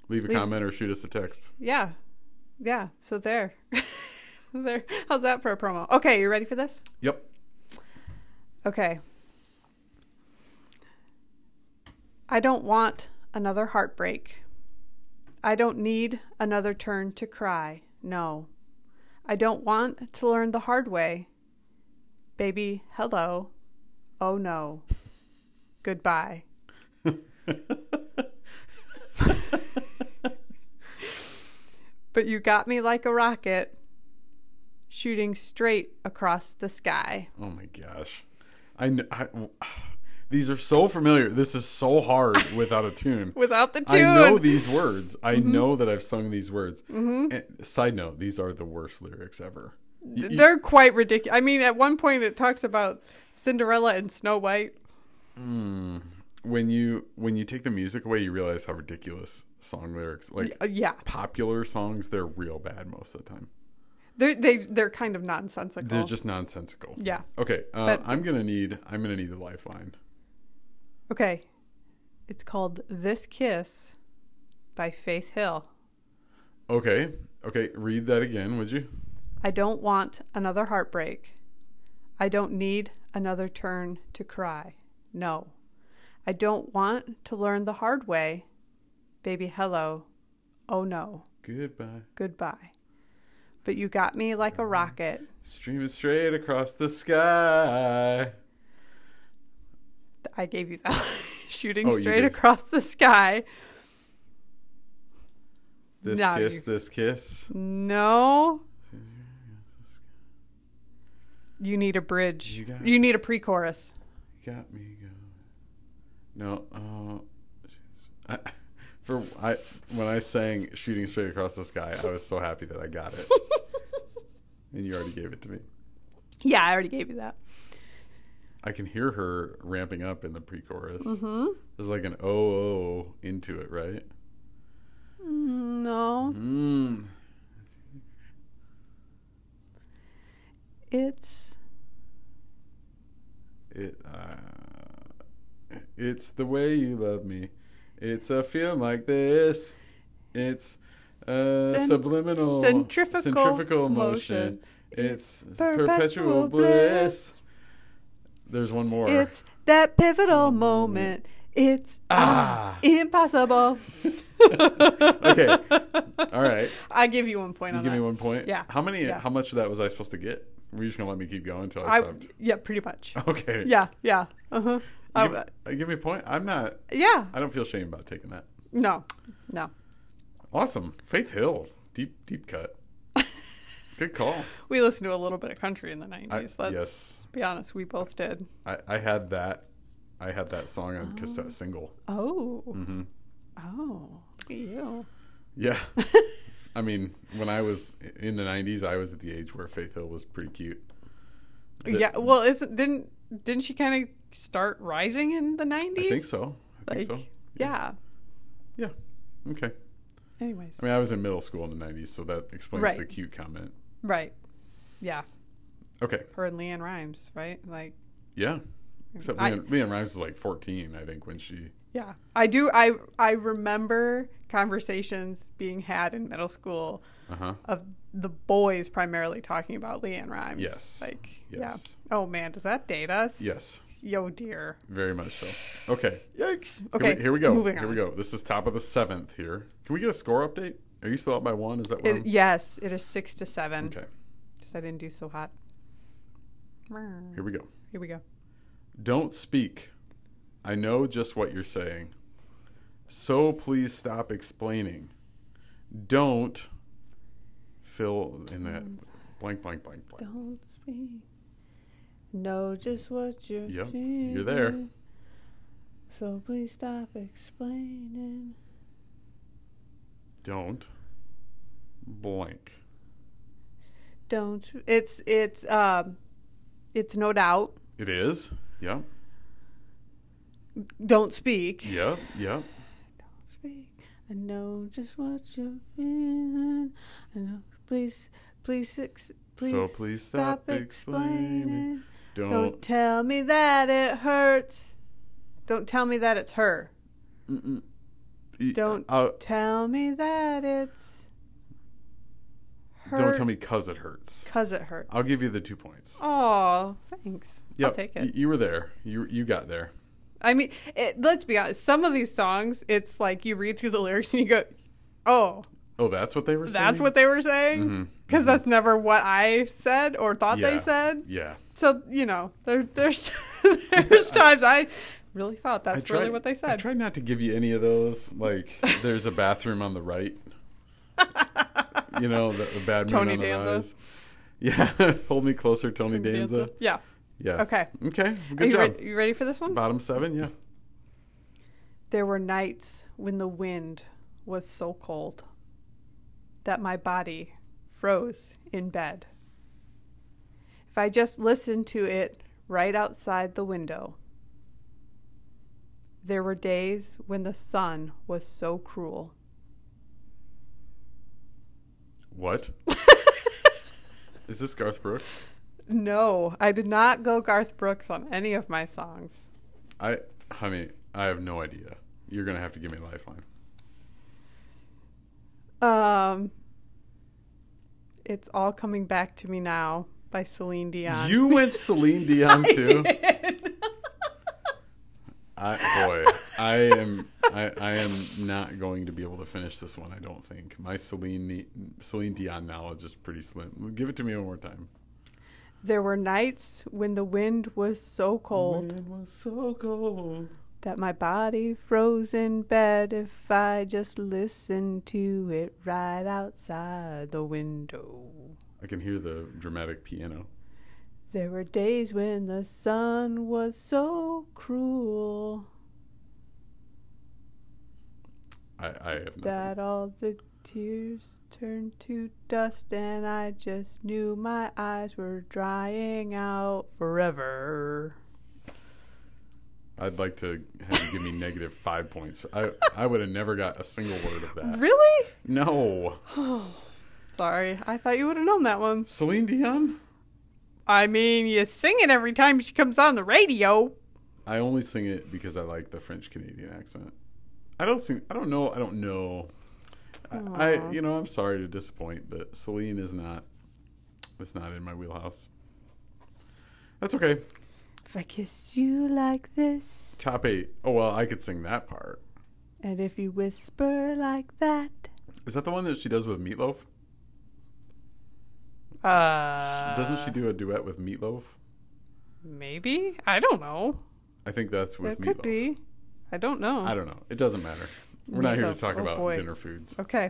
[SPEAKER 2] leave a
[SPEAKER 1] Leave-
[SPEAKER 2] comment or shoot us a text.
[SPEAKER 1] yeah. Yeah, so there. there. How's that for a promo? Okay, you ready for this?
[SPEAKER 2] Yep.
[SPEAKER 1] Okay. I don't want another heartbreak. I don't need another turn to cry. No. I don't want to learn the hard way. Baby, hello. Oh no. Goodbye. but you got me like a rocket shooting straight across the sky.
[SPEAKER 2] Oh my gosh, I, kn- I these are so familiar. This is so hard without a tune.
[SPEAKER 1] Without the tune.
[SPEAKER 2] I know these words. I
[SPEAKER 1] Mm-hmm.
[SPEAKER 2] know that I've sung these words. And, side note: These are the worst lyrics ever. Y- y-
[SPEAKER 1] They're quite ridiculous. I mean, at one point it talks about Cinderella and Snow White.
[SPEAKER 2] when you when you take the music away, you realize how ridiculous song lyrics. Like
[SPEAKER 1] Uh, yeah,
[SPEAKER 2] popular songs, they're real bad most of the time.
[SPEAKER 1] they're they they're kind of nonsensical.
[SPEAKER 2] They're just nonsensical.
[SPEAKER 1] yeah.
[SPEAKER 2] Okay, uh,
[SPEAKER 1] But-
[SPEAKER 2] I'm gonna need I'm gonna need the lifeline.
[SPEAKER 1] Okay, it's called "This Kiss" by Faith Hill.
[SPEAKER 2] Okay, okay, read that again, would you?
[SPEAKER 1] I don't want another heartbreak. I don't need another turn to cry. No, I don't want to learn the hard way. Baby, hello. Oh no,
[SPEAKER 2] Goodbye.
[SPEAKER 1] goodbye. but you got me like a rocket.
[SPEAKER 2] Streaming straight across the sky.
[SPEAKER 1] I gave you that. Shooting
[SPEAKER 2] Oh, you
[SPEAKER 1] straight
[SPEAKER 2] did.
[SPEAKER 1] across the sky.
[SPEAKER 2] This
[SPEAKER 1] Now
[SPEAKER 2] kiss,
[SPEAKER 1] you-
[SPEAKER 2] this kiss.
[SPEAKER 1] No. You need a bridge.
[SPEAKER 2] You
[SPEAKER 1] You,
[SPEAKER 2] got-
[SPEAKER 1] need a pre chorus.
[SPEAKER 2] You got me going. No, oh, jeez. I, for I when I sang "Shooting Straight Across the Sky," I was so happy that I got it, and you already gave it to me.
[SPEAKER 1] Yeah, I already gave you that.
[SPEAKER 2] I can hear her ramping up in the pre-chorus.
[SPEAKER 1] Mm-hmm.
[SPEAKER 2] There's like an oh, oh into it, right?
[SPEAKER 1] Mm, No.
[SPEAKER 2] Mm.
[SPEAKER 1] It's.
[SPEAKER 2] It, uh, it's the way you love me. It's a feeling like this. It's uh,
[SPEAKER 1] Cen-
[SPEAKER 2] subliminal
[SPEAKER 1] centrifugal
[SPEAKER 2] centrifugal motion.
[SPEAKER 1] motion.
[SPEAKER 2] It's perpetual,
[SPEAKER 1] perpetual
[SPEAKER 2] bliss. There's one more.
[SPEAKER 1] It's that pivotal moment. It's
[SPEAKER 2] Mm-hmm. Ah.
[SPEAKER 1] impossible.
[SPEAKER 2] Okay. All right.
[SPEAKER 1] I give you one point
[SPEAKER 2] You
[SPEAKER 1] on
[SPEAKER 2] give
[SPEAKER 1] that.
[SPEAKER 2] me one point.
[SPEAKER 1] Yeah.
[SPEAKER 2] How many?
[SPEAKER 1] Yeah.
[SPEAKER 2] How much of that was I supposed to get? Were you just gonna let me keep going until I,
[SPEAKER 1] I,
[SPEAKER 2] stopped?
[SPEAKER 1] yeah, pretty much.
[SPEAKER 2] Okay.
[SPEAKER 1] Yeah, yeah. Uh-huh.
[SPEAKER 2] You give,
[SPEAKER 1] Uh,
[SPEAKER 2] uh, give me a point. I'm not.
[SPEAKER 1] yeah.
[SPEAKER 2] I don't feel shame about taking that.
[SPEAKER 1] No. No.
[SPEAKER 2] Awesome. Faith Hill. Deep deep cut. Good call.
[SPEAKER 1] We listened to a little bit of country in the 90s.
[SPEAKER 2] I,
[SPEAKER 1] Let's
[SPEAKER 2] yes.
[SPEAKER 1] be honest, we both did.
[SPEAKER 2] I, I had that. I had that song on cassette single.
[SPEAKER 1] Oh.
[SPEAKER 2] Mm-hmm.
[SPEAKER 1] Oh. Look at you.
[SPEAKER 2] Yeah. I mean, when I was in the '90s, I was at the age where Faith Hill was pretty cute. The-
[SPEAKER 1] yeah. Well, it's, didn't didn't she kind of start rising in the 90s?
[SPEAKER 2] I think so. I
[SPEAKER 1] Like,
[SPEAKER 2] think so.
[SPEAKER 1] yeah.
[SPEAKER 2] Yeah. Okay.
[SPEAKER 1] Anyways.
[SPEAKER 2] I mean, I was in middle school in the '90s, so that explains
[SPEAKER 1] Right.
[SPEAKER 2] the cute comment.
[SPEAKER 1] right. Yeah.
[SPEAKER 2] Okay.
[SPEAKER 1] Her and Leanne Rhymes, right? Like,
[SPEAKER 2] Yeah. Except
[SPEAKER 1] I-
[SPEAKER 2] Leanne, Leanne Rhymes was like 14, I think, when she.
[SPEAKER 1] yeah. I do. I, I remember conversations being had in middle school
[SPEAKER 2] Uh huh.
[SPEAKER 1] of the boys primarily talking about Leanne Rhymes.
[SPEAKER 2] Yes.
[SPEAKER 1] Like,
[SPEAKER 2] Yes.
[SPEAKER 1] yeah. Oh, man. Does that date us?
[SPEAKER 2] Yes.
[SPEAKER 1] Yo, dear.
[SPEAKER 2] Very much so. Okay.
[SPEAKER 1] Yikes.
[SPEAKER 2] Here we-
[SPEAKER 1] Okay.
[SPEAKER 2] Here we go.
[SPEAKER 1] Moving
[SPEAKER 2] here
[SPEAKER 1] on.
[SPEAKER 2] we go. This is top of the seventh here. Can we get a score update? Are you still up by one? Is that what?
[SPEAKER 1] It,
[SPEAKER 2] I'm-
[SPEAKER 1] Yes, it is six to seven.
[SPEAKER 2] Okay.
[SPEAKER 1] Because I didn't do so hot.
[SPEAKER 2] Here we go.
[SPEAKER 1] Here we go.
[SPEAKER 2] Don't speak. I know just what you're saying. So please stop explaining. Don't fill in that
[SPEAKER 1] Mm.
[SPEAKER 2] blank, blank, blank, blank.
[SPEAKER 1] Don't speak. Know just what you're
[SPEAKER 2] Yep, you're there.
[SPEAKER 1] feeling. So please stop explaining.
[SPEAKER 2] Don't blank.
[SPEAKER 1] Don't. It's it's um, it's no doubt.
[SPEAKER 2] It is. Yep.
[SPEAKER 1] Don't speak.
[SPEAKER 2] Yep. Yep.
[SPEAKER 1] Don't speak. I know just what you're feeling. I know. Please, please, ex- please.
[SPEAKER 2] So please stop explaining. Don't.
[SPEAKER 1] Don't tell me that it hurts. Don't tell me that it's her.
[SPEAKER 2] Mm-mm. E-
[SPEAKER 1] Don't
[SPEAKER 2] uh,
[SPEAKER 1] Tell me that it's her.
[SPEAKER 2] don't tell me because it hurts.
[SPEAKER 1] Because it hurts.
[SPEAKER 2] I'll give you the two points.
[SPEAKER 1] Oh, thanks.
[SPEAKER 2] Yep,
[SPEAKER 1] I'll take
[SPEAKER 2] y-
[SPEAKER 1] it.
[SPEAKER 2] you were there. You you got there.
[SPEAKER 1] I mean, it, let's be honest. Some of these songs, it's like you read through the lyrics and you go, oh,
[SPEAKER 2] Oh, that's what they were saying.
[SPEAKER 1] that's what they were saying?
[SPEAKER 2] Mhm,
[SPEAKER 1] Because that's never what I said or thought they
[SPEAKER 2] Yeah.
[SPEAKER 1] said.
[SPEAKER 2] Yeah.
[SPEAKER 1] So, you know, there, there's, there's times I really thought
[SPEAKER 2] I
[SPEAKER 1] that's
[SPEAKER 2] tried,
[SPEAKER 1] really what they
[SPEAKER 2] I
[SPEAKER 1] said.
[SPEAKER 2] tried not to give you any of those. Like, there's a bathroom on the right. You know, the, the bad
[SPEAKER 1] Tony
[SPEAKER 2] moon on
[SPEAKER 1] Danza.
[SPEAKER 2] the rise. Yeah, hold me closer, Tony Danza.
[SPEAKER 1] Yeah.
[SPEAKER 2] Yeah.
[SPEAKER 1] Okay.
[SPEAKER 2] Okay.
[SPEAKER 1] Are
[SPEAKER 2] Good
[SPEAKER 1] you,
[SPEAKER 2] job.
[SPEAKER 1] re- you ready for this one?
[SPEAKER 2] Bottom seven. Yeah.
[SPEAKER 1] There were nights when the wind was so cold that my body froze in bed. If I just listened to it right outside the window, there were days when the sun was so cruel.
[SPEAKER 2] What? Is this Garth Brooks?
[SPEAKER 1] No, I did not go Garth Brooks on any of my songs.
[SPEAKER 2] I, honey, I have no idea. You're gonna have to give me a lifeline.
[SPEAKER 1] Um, it's all coming back to me now by Celine Dion.
[SPEAKER 2] You went Celine Dion too.
[SPEAKER 1] did.
[SPEAKER 2] I, boy, I am I, I am not going to be able to finish this one. I don't think my Celine ne- Celine Dion knowledge is pretty slim. Give it to me one more time.
[SPEAKER 1] There were nights when the wind was so cold
[SPEAKER 2] It was so cold.
[SPEAKER 1] that my body froze in bed if I just listened to it right outside the window.
[SPEAKER 2] I can hear the dramatic piano.
[SPEAKER 1] There were days when the sun was so cruel
[SPEAKER 2] I, I have nothing.
[SPEAKER 1] that all the tears turned to dust and I just knew my eyes were drying out forever.
[SPEAKER 2] I'd like to have you give me negative five points. I I would have never got a single word of that.
[SPEAKER 1] Really?
[SPEAKER 2] No,
[SPEAKER 1] Uh, Sorry, I thought you would have known that one.
[SPEAKER 2] Celine Dion.
[SPEAKER 1] I mean, you sing it every time she comes on the radio.
[SPEAKER 2] I only sing it because I like the French Canadian accent. I don't sing. I don't know. I don't know. I, I you know I'm sorry to disappoint, but Celine is not. It's not in my wheelhouse. That's okay.
[SPEAKER 1] If I kiss you like this,
[SPEAKER 2] Top eight. Oh well, I could sing that part.
[SPEAKER 1] and if you whisper like that.
[SPEAKER 2] Is that the one that she does with Meatloaf?
[SPEAKER 1] Uh,
[SPEAKER 2] Doesn't she do a duet with Meatloaf?
[SPEAKER 1] Maybe? I don't know.
[SPEAKER 2] I think that's with
[SPEAKER 1] It
[SPEAKER 2] Meatloaf.
[SPEAKER 1] could be. I don't know.
[SPEAKER 2] I don't know. It doesn't matter. We're not here to
[SPEAKER 1] Meatloaf.
[SPEAKER 2] talk
[SPEAKER 1] Oh,
[SPEAKER 2] about
[SPEAKER 1] boy.
[SPEAKER 2] dinner foods.
[SPEAKER 1] Okay.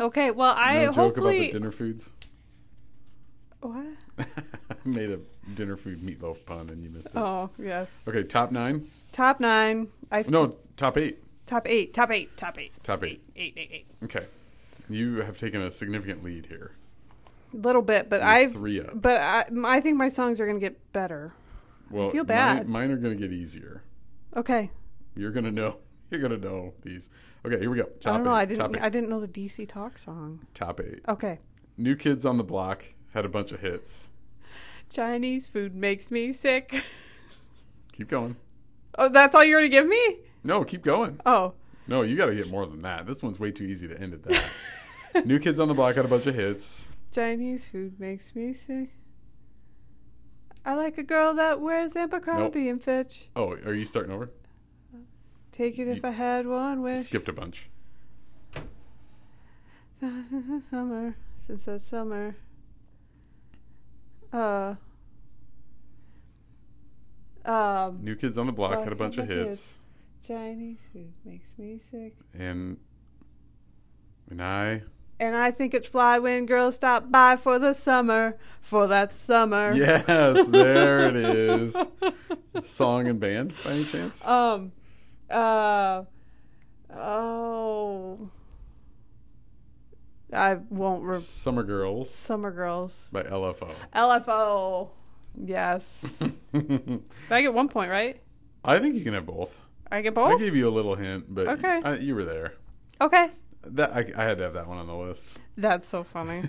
[SPEAKER 1] Okay, well, I
[SPEAKER 2] no joke about
[SPEAKER 1] hopefully.
[SPEAKER 2] the dinner foods.
[SPEAKER 1] what?
[SPEAKER 2] I made a dinner food meatloaf pun and you missed it.
[SPEAKER 1] Oh, yes.
[SPEAKER 2] Okay, top nine.
[SPEAKER 1] Top nine. I
[SPEAKER 2] No, top eight.
[SPEAKER 1] Top eight. Top eight. Top eight.
[SPEAKER 2] Top eight.
[SPEAKER 1] Eight, eight, eight.
[SPEAKER 2] Okay, you have taken a significant lead here.
[SPEAKER 1] Little bit, but
[SPEAKER 2] You're
[SPEAKER 1] I.
[SPEAKER 2] three up.
[SPEAKER 1] But I, I think my songs are going to get better.
[SPEAKER 2] Well,
[SPEAKER 1] feel
[SPEAKER 2] mine-
[SPEAKER 1] bad.
[SPEAKER 2] Mine, are going to get easier.
[SPEAKER 1] Okay.
[SPEAKER 2] You're going to know. You're going to know these. Okay, here we go. Top
[SPEAKER 1] I don't know.
[SPEAKER 2] eight.
[SPEAKER 1] I didn't.
[SPEAKER 2] Top eight.
[SPEAKER 1] I didn't know the DC Talk song.
[SPEAKER 2] top eight.
[SPEAKER 1] Okay.
[SPEAKER 2] New Kids on the Block had a bunch of hits.
[SPEAKER 1] Chinese food makes me sick.
[SPEAKER 2] Keep going.
[SPEAKER 1] Oh, that's all you're gonna give me?
[SPEAKER 2] No, keep going.
[SPEAKER 1] Oh,
[SPEAKER 2] No, you got to get more than that. This one's way too easy to end at that. New Kids on the Block had a bunch of hits.
[SPEAKER 1] Chinese food makes me sick. I like a girl that wears Abercrombie and Fitch.
[SPEAKER 2] Oh, are you starting over?
[SPEAKER 1] Take it if
[SPEAKER 2] You-
[SPEAKER 1] I had one wish.
[SPEAKER 2] Skipped a bunch.
[SPEAKER 1] summer since that summer. Uh. Um,
[SPEAKER 2] New Kids on the Block
[SPEAKER 1] Block
[SPEAKER 2] had a bunch of hits,
[SPEAKER 1] Chinese food makes me sick.
[SPEAKER 2] and and I
[SPEAKER 1] And I think it's fly when girls stop by for the summer, for that summer.
[SPEAKER 2] yes, there it is. Song and band by any chance?
[SPEAKER 1] Um, uh, oh, I won't. Re-
[SPEAKER 2] Summer Girls
[SPEAKER 1] Summer Girls,
[SPEAKER 2] by LFO.
[SPEAKER 1] LFO. Yes, Did I get one point, right?
[SPEAKER 2] I think you can have both.
[SPEAKER 1] I get
[SPEAKER 2] I
[SPEAKER 1] both.
[SPEAKER 2] gave you a little hint, but
[SPEAKER 1] Okay.
[SPEAKER 2] I- you were there.
[SPEAKER 1] okay,
[SPEAKER 2] That I, I had to have that one on the list.
[SPEAKER 1] that's so funny.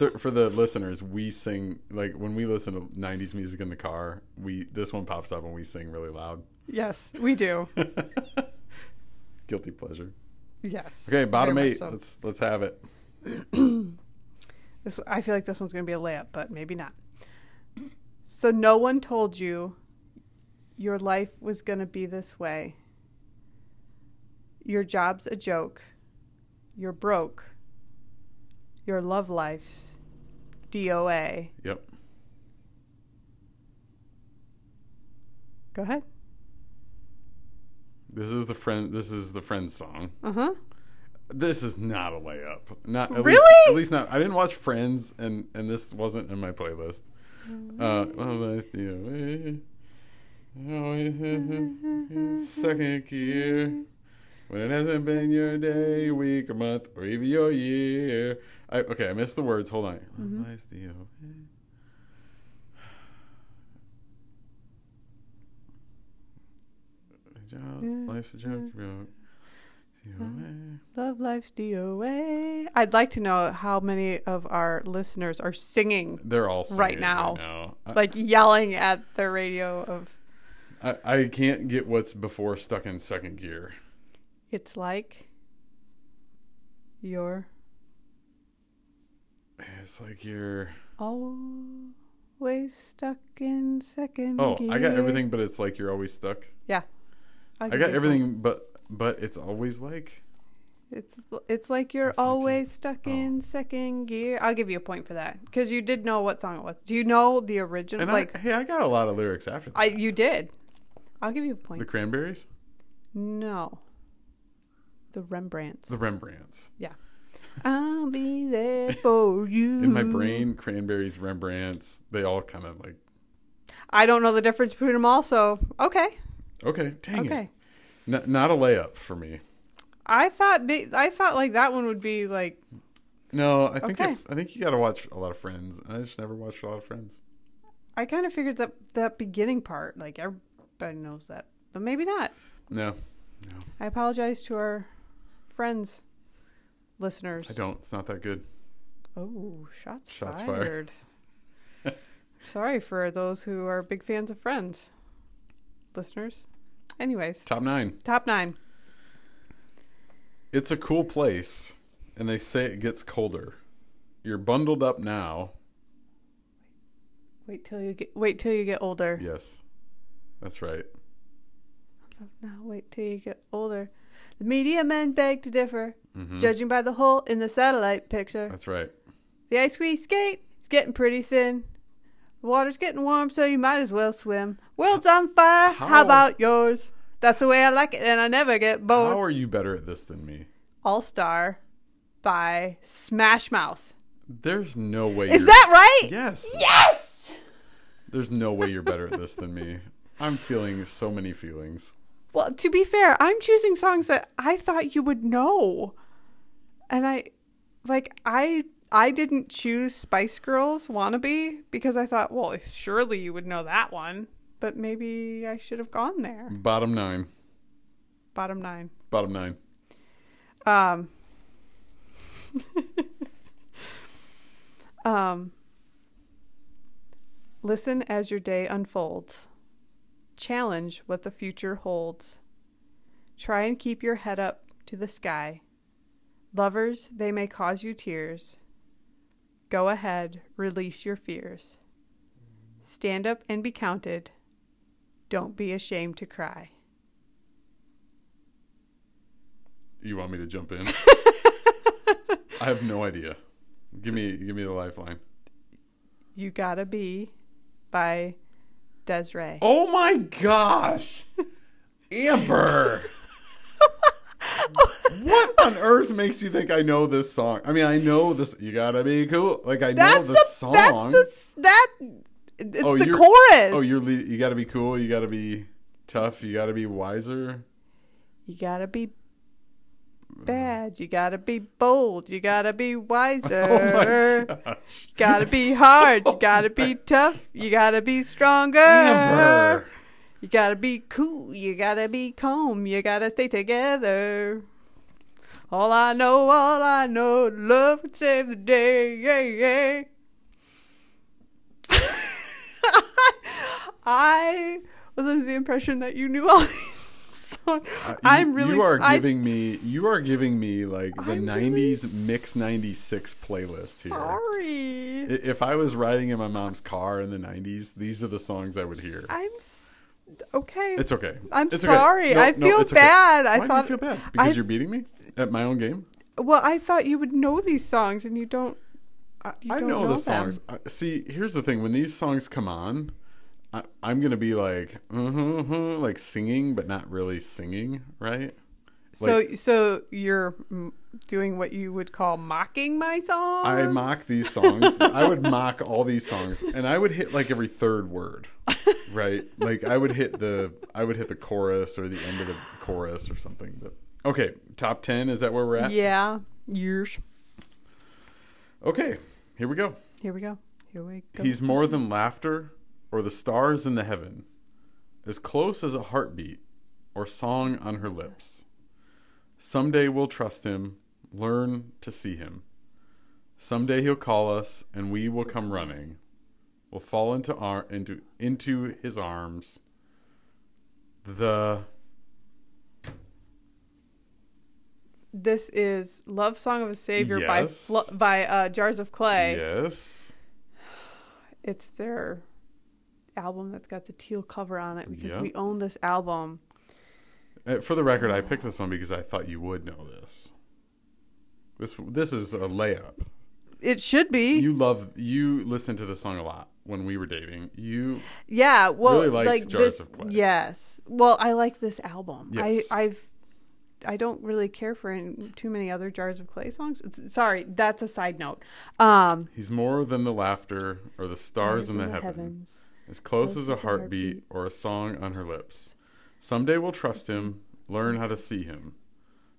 [SPEAKER 2] Th- for the listeners, we sing like when we listen to '90s music in the car. We this one pops up and we sing really loud.
[SPEAKER 1] yes, we do.
[SPEAKER 2] Guilty pleasure.
[SPEAKER 1] Yes.
[SPEAKER 2] Okay, bottom
[SPEAKER 1] Very much
[SPEAKER 2] eight.
[SPEAKER 1] so.
[SPEAKER 2] Let's let's have it.
[SPEAKER 1] This, I feel like this one's going to be a layup, but maybe not. So no one told you your life was going to be this way. Your job's a joke. You're broke. Your love life's DOA.
[SPEAKER 2] Yep.
[SPEAKER 1] Go ahead.
[SPEAKER 2] This is the friend. This is the friend song.
[SPEAKER 1] Uh huh.
[SPEAKER 2] This is not a layup. Not at Least,
[SPEAKER 1] Really?
[SPEAKER 2] at least not. I didn't watch Friends, and and this wasn't in my playlist. Uh, oh, nice to you. Oh, yeah. Second gear. When it hasn't been your day, week, or month, or even your year. I, okay, I missed the words. Hold on. Nice to you. Job, life's a joke, bro.
[SPEAKER 1] Love life's DOA. I'd like to know how many of our listeners are singing,
[SPEAKER 2] They're all singing
[SPEAKER 1] Right now.
[SPEAKER 2] now. I-
[SPEAKER 1] like yelling at the radio of
[SPEAKER 2] I, I can't get what's before stuck in second gear.
[SPEAKER 1] it's like your
[SPEAKER 2] It's like you're.
[SPEAKER 1] Always stuck in second
[SPEAKER 2] Oh,
[SPEAKER 1] gear.
[SPEAKER 2] I got everything, but it's like you're always stuck.
[SPEAKER 1] Yeah.
[SPEAKER 2] I got everything, but but it's always like
[SPEAKER 1] It's it's like you're
[SPEAKER 2] second.
[SPEAKER 1] always stuck
[SPEAKER 2] Oh.
[SPEAKER 1] in second gear. I'll give you a point for that because you did know what song it was. Do you know the original?
[SPEAKER 2] and
[SPEAKER 1] like
[SPEAKER 2] I, hey, I got a lot of lyrics after that.
[SPEAKER 1] I, you did. I'll give you a point.
[SPEAKER 2] the Cranberries,
[SPEAKER 1] no, the Rembrandts.
[SPEAKER 2] the Rembrandts.
[SPEAKER 1] yeah, I'll be there for you.
[SPEAKER 2] In my brain, Cranberries, Rembrandts, they all kind of like
[SPEAKER 1] I don't know the difference between them all. So okay,
[SPEAKER 2] okay, dang
[SPEAKER 1] okay.
[SPEAKER 2] it, N- not a layup for me.
[SPEAKER 1] I thought bi- I thought like that one would be like
[SPEAKER 2] No, I think
[SPEAKER 1] Okay.
[SPEAKER 2] if, I think you got to watch a lot of Friends. I just never watched a lot of Friends.
[SPEAKER 1] I kind of figured that that beginning part like everybody knows that, but maybe not.
[SPEAKER 2] No,
[SPEAKER 1] I apologize to our friends, listeners.
[SPEAKER 2] I don't. It's not that good.
[SPEAKER 1] Oh, shots,
[SPEAKER 2] Shots fired.
[SPEAKER 1] fired. Sorry for those who are big fans of Friends, listeners. Anyways,
[SPEAKER 2] Top nine.
[SPEAKER 1] top nine.
[SPEAKER 2] It's a cool place, and they say it gets colder. You're bundled up now.
[SPEAKER 1] Wait till you get. Wait till you get older.
[SPEAKER 2] Yes, that's right.
[SPEAKER 1] Now wait till you get older. The media men beg to differ,
[SPEAKER 2] Mhm.
[SPEAKER 1] judging by the hole in the satellite picture.
[SPEAKER 2] That's right.
[SPEAKER 1] The ice we skate is getting pretty thin. The water's getting warm, so you might as well swim. World's on fire. How,
[SPEAKER 2] How-
[SPEAKER 1] about yours? That's the way I like it, and I never get bored.
[SPEAKER 2] How are you better at this than me?
[SPEAKER 1] All Star by Smash Mouth.
[SPEAKER 2] There's no way.
[SPEAKER 1] Is
[SPEAKER 2] you're...
[SPEAKER 1] that right?
[SPEAKER 2] Yes.
[SPEAKER 1] Yes!
[SPEAKER 2] There's no way you're better at this than me. I'm feeling so many feelings.
[SPEAKER 1] Well, to be fair, I'm choosing songs that I thought you would know. And I like I I didn't choose Spice Girls Wannabe because I thought, well, surely you would know that one, but maybe I should have gone there.
[SPEAKER 2] Bottom nine.
[SPEAKER 1] Bottom 9.
[SPEAKER 2] Bottom nine.
[SPEAKER 1] Um Um Listen as your day unfolds. Challenge what the future holds. Try and keep your head up to the sky. Lovers, they may cause you tears. Go ahead, release your fears. Stand up and be counted. Don't be ashamed to cry.
[SPEAKER 2] You want me to jump in? I have no idea. Give me, give me the lifeline.
[SPEAKER 1] You Gotta Be by Desiree.
[SPEAKER 2] Oh my gosh, Amber! what on earth makes you think I know this song? I mean, I know this. You gotta be cool. Like I know the, song.
[SPEAKER 1] That's the, that, it's
[SPEAKER 2] Oh,
[SPEAKER 1] the
[SPEAKER 2] you're-
[SPEAKER 1] chorus.
[SPEAKER 2] Oh, you're le- you gotta be cool. You gotta be tough. You gotta be wiser.
[SPEAKER 1] You gotta be bad. You gotta be bold. You gotta be wiser.
[SPEAKER 2] Oh my gosh.
[SPEAKER 1] You gotta be hard. You gotta be tough. You gotta be stronger.
[SPEAKER 2] Amber.
[SPEAKER 1] You gotta be cool. You gotta be calm. You gotta stay together. All I know, all I know, love can save the day. Yeah, yeah. I was under the impression that you knew all these songs.
[SPEAKER 2] Uh, you-
[SPEAKER 1] I'm really.
[SPEAKER 2] You are
[SPEAKER 1] I-
[SPEAKER 2] giving me. You are giving me like the
[SPEAKER 1] I'm really
[SPEAKER 2] '90s mix '96 playlist here.
[SPEAKER 1] sorry.
[SPEAKER 2] I- If I was riding in my mom's car in the '90s, these are the songs I would hear.
[SPEAKER 1] I'm s- okay.
[SPEAKER 2] It's okay.
[SPEAKER 1] I'm
[SPEAKER 2] It's okay.
[SPEAKER 1] sorry.
[SPEAKER 2] No,
[SPEAKER 1] I
[SPEAKER 2] no,
[SPEAKER 1] feel
[SPEAKER 2] it's okay.
[SPEAKER 1] bad. I
[SPEAKER 2] Why
[SPEAKER 1] thought
[SPEAKER 2] do you feel bad? Because
[SPEAKER 1] I-
[SPEAKER 2] you're beating me at my own game.
[SPEAKER 1] Well, I thought you would know these songs, and you don't.
[SPEAKER 2] I,
[SPEAKER 1] You
[SPEAKER 2] I
[SPEAKER 1] don't
[SPEAKER 2] know
[SPEAKER 1] know
[SPEAKER 2] the
[SPEAKER 1] them.
[SPEAKER 2] songs. I, see, here's the thing: when these songs come on, I, I'm gonna be like, uh-huh, uh-huh, like singing, but not really singing, right?
[SPEAKER 1] so, so you're mm, doing what you would call mocking my song.
[SPEAKER 2] I mock these songs. I would mock all these songs, and I would hit like every third word, right? Like I would hit the I would hit the chorus or the end of the chorus or something. But okay, top ten is that where we're at?
[SPEAKER 1] Yeah. Years.
[SPEAKER 2] Okay, here we go.
[SPEAKER 1] Here we go. Here we go.
[SPEAKER 2] He's more than laughter or the stars in the heaven, as close as a heartbeat or song on her lips. Someday we'll trust him, learn to see him. Someday he'll call us and we will come running. We'll fall into our into into his arms. The
[SPEAKER 1] this is "Love Song of a Savior" by
[SPEAKER 2] Yes.
[SPEAKER 1] Flo- by uh, Jars of Clay.
[SPEAKER 2] yes.
[SPEAKER 1] It's their album that's got the teal cover on it because
[SPEAKER 2] Yeah.
[SPEAKER 1] we own this album.
[SPEAKER 2] Uh, For the record, I picked this one because I thought you would know this. This this is a layup.
[SPEAKER 1] It should be.
[SPEAKER 2] You love you listened to this song a lot when we were dating. You
[SPEAKER 1] yeah. Well,
[SPEAKER 2] really likes
[SPEAKER 1] like
[SPEAKER 2] Jars
[SPEAKER 1] this,
[SPEAKER 2] of Clay.
[SPEAKER 1] Yes. Well, I like this album.
[SPEAKER 2] Yes.
[SPEAKER 1] I, I've. I don't really care for any, too many other Jars of Clay songs. It's, sorry, that's a side note. Um,
[SPEAKER 2] he's more than the laughter or the stars in the, heaven. As close, as a heartbeat, or a song on her lips. Someday we'll trust him, learn how to see him.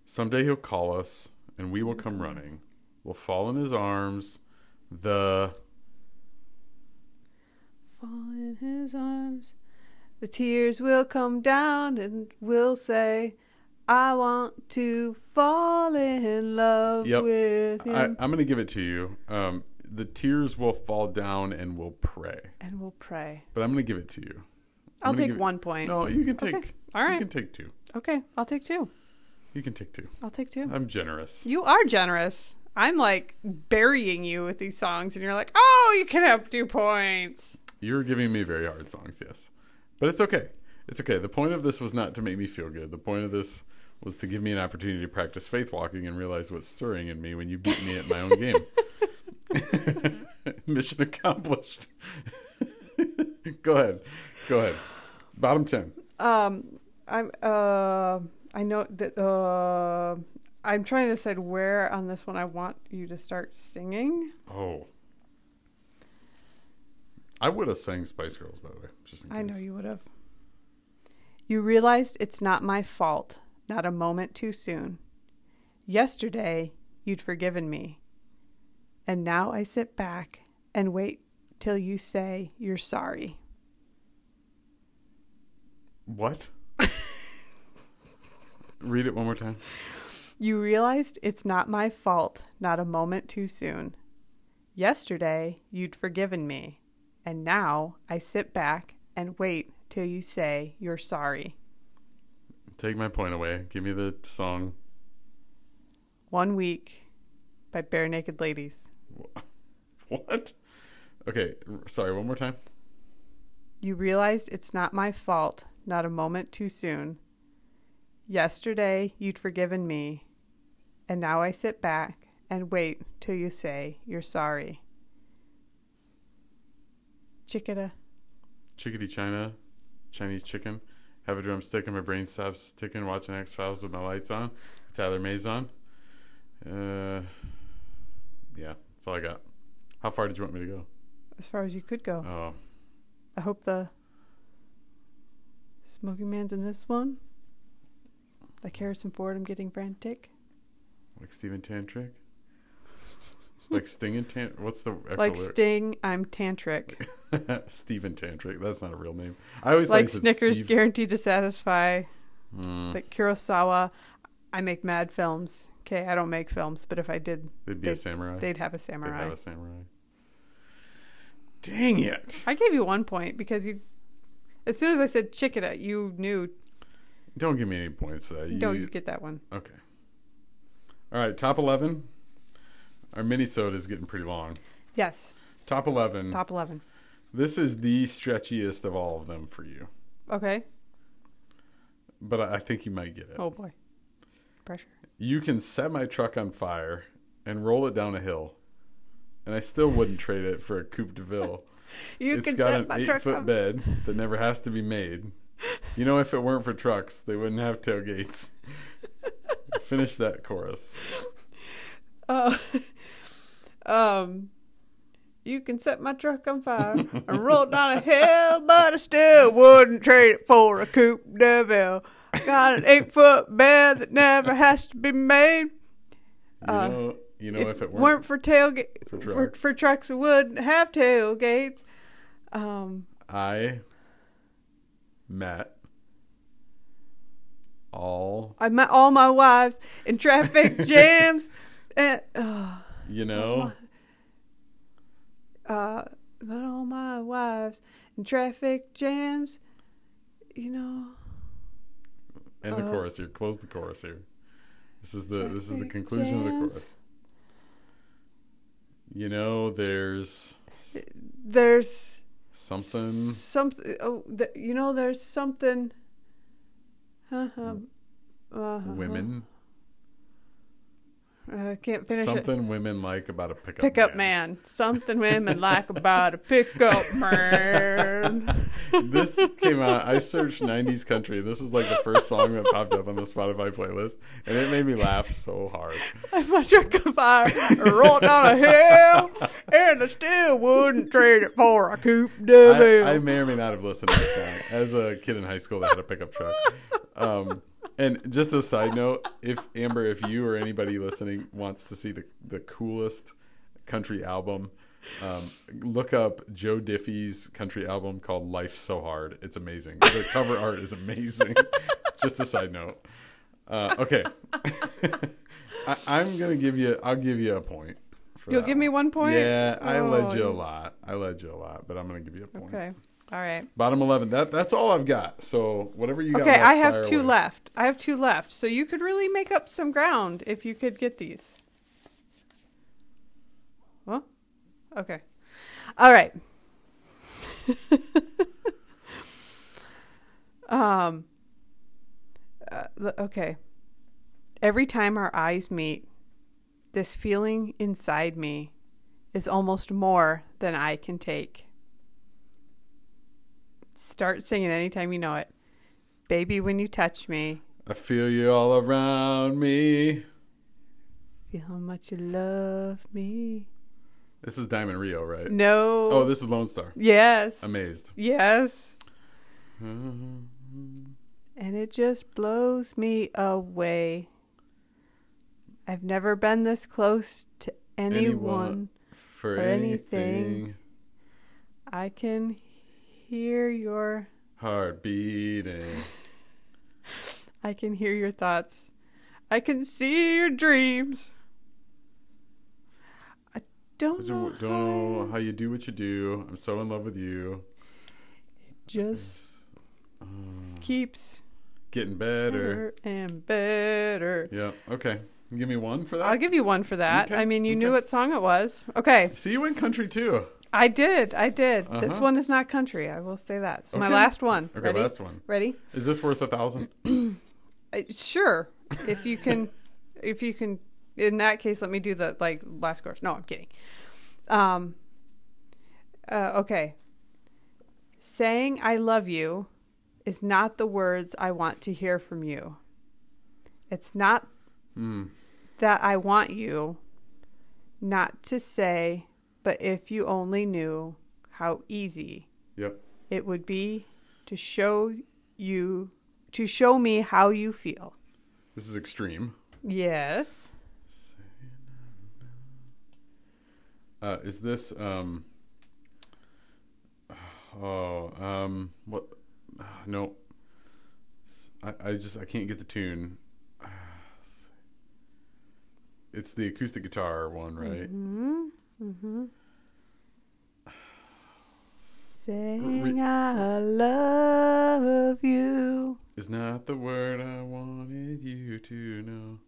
[SPEAKER 2] Someday he'll call us, and we will come running. We'll fall in his arms. The
[SPEAKER 1] Fall in his arms. The tears will come down and we'll say, I want to fall in love
[SPEAKER 2] Yep.
[SPEAKER 1] with
[SPEAKER 2] I,
[SPEAKER 1] him.
[SPEAKER 2] I'm gonna give it to you. Um, the tears will fall down, and we'll pray.
[SPEAKER 1] and we'll pray.
[SPEAKER 2] But I'm gonna give it to you. I'm
[SPEAKER 1] I'll
[SPEAKER 2] gonna
[SPEAKER 1] take
[SPEAKER 2] give it-
[SPEAKER 1] one point.
[SPEAKER 2] No, you can take.
[SPEAKER 1] All
[SPEAKER 2] You
[SPEAKER 1] right.
[SPEAKER 2] can take two.
[SPEAKER 1] Okay. I'll take two.
[SPEAKER 2] You can take two.
[SPEAKER 1] I'll take two.
[SPEAKER 2] I'm generous.
[SPEAKER 1] You are generous. I'm like burying you with these songs, and you're like, oh, you can have two points.
[SPEAKER 2] You're giving me very hard songs, yes. But it's okay. It's okay. The point of this was not to make me feel good. The point of this was to give me an opportunity to practice faith walking and realize what's stirring in me when you beat me at my own game. Mission accomplished. Go ahead. Go ahead. Bottom 10.
[SPEAKER 1] Um, I'm, uh, I know that, uh, I'm trying to decide where on this one I want you to start singing.
[SPEAKER 2] Oh. I would have sang Spice Girls, by the way. Just in
[SPEAKER 1] I know
[SPEAKER 2] case.
[SPEAKER 1] you would have. You realized it's not my fault, not a moment too soon. Yesterday, you'd forgiven me. And now I sit back and wait till you say you're sorry.
[SPEAKER 2] What? Read it one more time.
[SPEAKER 1] You realized it's not my fault, not a moment too soon. Yesterday, you'd forgiven me. And now I sit back and wait till you say you're sorry.
[SPEAKER 2] Take my point away. Give me the song.
[SPEAKER 1] One Week by Bare Naked Ladies.
[SPEAKER 2] What? Okay, r- sorry, one more time.
[SPEAKER 1] You realized it's not my fault, not a moment too soon. Yesterday you'd forgiven me, and now I sit back and wait till you say you're sorry. Chickada.
[SPEAKER 2] Chickadee China, Chinese chicken. Have a drumstick and my brain stops ticking. Watching X Files with my lights on. Tyler Mays on. Uh, yeah, that's all I got. How far did you want me to go?
[SPEAKER 1] As far as you could go.
[SPEAKER 2] Oh,
[SPEAKER 1] I hope the Smoking Man's in this one. Like Harrison Ford, I'm getting frantic.
[SPEAKER 2] like Steven Tantric? like Sting and Tantric? What's the actual
[SPEAKER 1] Like
[SPEAKER 2] lyric?
[SPEAKER 1] Sting, I'm tantric.
[SPEAKER 2] Steven Tantric. That's not a real name. I always
[SPEAKER 1] Like
[SPEAKER 2] thought you said
[SPEAKER 1] Snickers,
[SPEAKER 2] Steve-
[SPEAKER 1] guaranteed to satisfy.
[SPEAKER 2] Mm,
[SPEAKER 1] Like Kurosawa, I make mad films. Okay, I don't make films, but if I did,
[SPEAKER 2] they'd be a
[SPEAKER 1] they-
[SPEAKER 2] samurai.
[SPEAKER 1] they'd have a
[SPEAKER 2] They'd
[SPEAKER 1] samurai.
[SPEAKER 2] have a samurai. Dang it.
[SPEAKER 1] I gave you one point because you, as soon as I said chickada, you knew.
[SPEAKER 2] Don't give me any points for that. You,
[SPEAKER 1] No, you get that one.
[SPEAKER 2] okay. All right, top eleven. Our mini is getting pretty long.
[SPEAKER 1] Yes,
[SPEAKER 2] Top eleven.
[SPEAKER 1] top eleven.
[SPEAKER 2] This is the stretchiest of all of them for you,
[SPEAKER 1] Okay.
[SPEAKER 2] but I I think you might get it.
[SPEAKER 1] Oh boy, pressure.
[SPEAKER 2] You can set my truck on fire and roll it down a hill, and I still wouldn't trade it for a coupe de ville.
[SPEAKER 1] You
[SPEAKER 2] It's
[SPEAKER 1] can
[SPEAKER 2] got
[SPEAKER 1] set
[SPEAKER 2] an
[SPEAKER 1] my truck
[SPEAKER 2] eight-foot
[SPEAKER 1] on-
[SPEAKER 2] bed that never has to be made. You know, if it weren't for trucks, they wouldn't have tailgates. Finish that chorus.
[SPEAKER 1] Uh, um, you can set my truck on fire and roll it down a hill, but I still wouldn't trade it for a coupe de ville. Got an eight foot bed that never has to be made.
[SPEAKER 2] You
[SPEAKER 1] Uh,
[SPEAKER 2] know, you know if, it weren't,
[SPEAKER 1] for tailgate
[SPEAKER 2] for
[SPEAKER 1] for,
[SPEAKER 2] trucks.
[SPEAKER 1] for trucks that wouldn't have tailgates. Um,
[SPEAKER 2] I met all
[SPEAKER 1] I met all my wives in traffic jams. and, uh,
[SPEAKER 2] you know
[SPEAKER 1] uh, but all my wives in traffic jams. You know,
[SPEAKER 2] and the
[SPEAKER 1] uh,
[SPEAKER 2] chorus here. Close the chorus here. This is the this is the
[SPEAKER 1] Traffic
[SPEAKER 2] conclusion of the
[SPEAKER 1] jams.
[SPEAKER 2] chorus. You know, there's s-
[SPEAKER 1] there's
[SPEAKER 2] something
[SPEAKER 1] something. Oh, th- you know, there's something. Uh-huh. Uh-huh.
[SPEAKER 2] Mm. Women.
[SPEAKER 1] I can't finish it.
[SPEAKER 2] Something women like about a pickup
[SPEAKER 1] Pickup man. Something women like about a pickup man.
[SPEAKER 2] this came out. I searched '90s country. This is like the first song that popped up on the Spotify playlist, and it made me laugh so hard.
[SPEAKER 1] I'm a drink of fire rolled down a hill, and I still wouldn't trade it for a coupe de ville.
[SPEAKER 2] I, I may or may not have listened to this song as a kid in high school that had a pickup truck. Um, and just a side note, if Amber, if you or anybody listening wants to see the, the coolest country album, um, look up Joe Diffie's country album called Life So Hard. It's amazing. The cover art is amazing. just a side note. Uh, okay. I, I'm going to give you, I'll give you a point. for
[SPEAKER 1] You'll
[SPEAKER 2] that
[SPEAKER 1] give me
[SPEAKER 2] one.
[SPEAKER 1] one point?
[SPEAKER 2] Yeah, I led
[SPEAKER 1] Oh,
[SPEAKER 2] you a lot. I led you a lot, but I'm gonna give you a point.
[SPEAKER 1] Okay. All right.
[SPEAKER 2] Bottom eleven. That that's all I've got. So whatever you got.
[SPEAKER 1] Okay,
[SPEAKER 2] left,
[SPEAKER 1] I have
[SPEAKER 2] fire
[SPEAKER 1] two
[SPEAKER 2] away.
[SPEAKER 1] left. I have two left. So you could really make up some ground if you could get these. Well, okay. All right. um, uh, the- okay. Every time our eyes meet, this feeling inside me is almost more than I can take. Start singing anytime you know it. Baby, when you touch me,
[SPEAKER 2] I feel you all around me.
[SPEAKER 1] feel how much you love me.
[SPEAKER 2] This is Diamond Rio, right?
[SPEAKER 1] No.
[SPEAKER 2] Oh, this is Lone Star.
[SPEAKER 1] yes.
[SPEAKER 2] Amazed.
[SPEAKER 1] Yes.
[SPEAKER 2] Mm,
[SPEAKER 1] And it just blows me away. I've never been this close to anyone.
[SPEAKER 2] Anyone. For
[SPEAKER 1] Or
[SPEAKER 2] anything.
[SPEAKER 1] anything. I can hear your
[SPEAKER 2] Heart beating.
[SPEAKER 1] I can hear your thoughts. I can see your dreams. I
[SPEAKER 2] I
[SPEAKER 1] don't know.
[SPEAKER 2] don't know how you do what you do. I'm so in love with you.
[SPEAKER 1] Just keeps
[SPEAKER 2] Getting Mm. better.
[SPEAKER 1] better and better.
[SPEAKER 2] Yeah. Okay. Give me one for that.
[SPEAKER 1] I'll give you one for that.
[SPEAKER 2] Okay,
[SPEAKER 1] I mean, you
[SPEAKER 2] okay.
[SPEAKER 1] knew what song it was. Okay,
[SPEAKER 2] See you in country too.
[SPEAKER 1] I did. I did. This
[SPEAKER 2] Uh-huh.
[SPEAKER 1] one is not country. I will say that. So my
[SPEAKER 2] Okay.
[SPEAKER 1] last one.
[SPEAKER 2] Okay,
[SPEAKER 1] Ready?
[SPEAKER 2] last one.
[SPEAKER 1] Ready?
[SPEAKER 2] Is this worth a thousand?
[SPEAKER 1] Uh, sure. If you can, if you can. In that case, let me do the like last course. No, I'm kidding. Um. Uh, okay. Saying I love you is not the words I want to hear from you. It's not
[SPEAKER 2] Hmm.
[SPEAKER 1] that I want you not to say, but if you only knew how easy
[SPEAKER 2] Yep.
[SPEAKER 1] it would be to show you to show me how you feel.
[SPEAKER 2] This is extreme.
[SPEAKER 1] Yes.
[SPEAKER 2] Uh, is this um? Oh um, what? ah, No, S- I, I just I can't get the tune. Ah, s- It's the acoustic guitar one, right?
[SPEAKER 1] Saying I love you.
[SPEAKER 2] Is not the word I wanted you to know.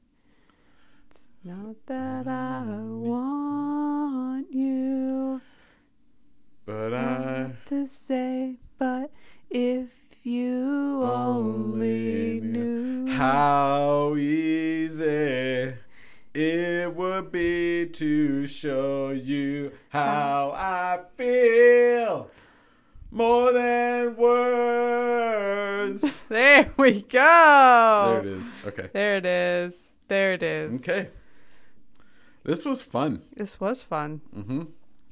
[SPEAKER 1] Not that I want you
[SPEAKER 2] But I
[SPEAKER 1] to say, but if you only
[SPEAKER 2] Only knew.
[SPEAKER 1] knew
[SPEAKER 2] How easy it would be to show you how I feel more than words. there
[SPEAKER 1] There we go.
[SPEAKER 2] it is. Okay.
[SPEAKER 1] There it is. There it is.
[SPEAKER 2] Okay. This was fun.
[SPEAKER 1] This was fun.
[SPEAKER 2] hmm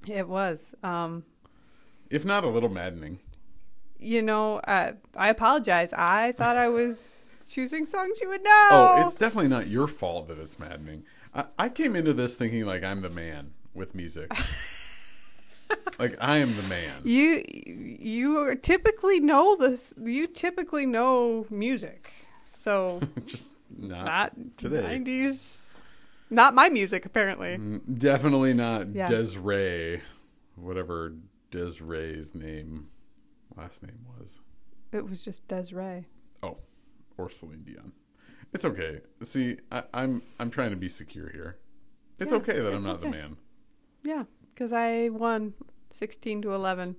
[SPEAKER 1] It was. Um,
[SPEAKER 2] If not a little maddening.
[SPEAKER 1] you know, uh, I apologize. I thought I was choosing songs you would know.
[SPEAKER 2] Oh, it's definitely not your fault that it's maddening. I, I came into this thinking like I'm the man with music. like I am the man.
[SPEAKER 1] you. You typically know this. You typically know music, so
[SPEAKER 2] Just not,
[SPEAKER 1] not
[SPEAKER 2] today.
[SPEAKER 1] nineties. Not my music, apparently.
[SPEAKER 2] Mm, Definitely not
[SPEAKER 1] Yeah.
[SPEAKER 2] Desiree, whatever Desiree's name, last name was.
[SPEAKER 1] It was just Desiree.
[SPEAKER 2] Oh, or Celine Dion. It's okay. See, I, I'm I'm trying to be secure here. It's
[SPEAKER 1] Yeah,
[SPEAKER 2] okay that I'm
[SPEAKER 1] it's
[SPEAKER 2] not the
[SPEAKER 1] okay.
[SPEAKER 2] man.
[SPEAKER 1] Yeah, because I won sixteen to eleven.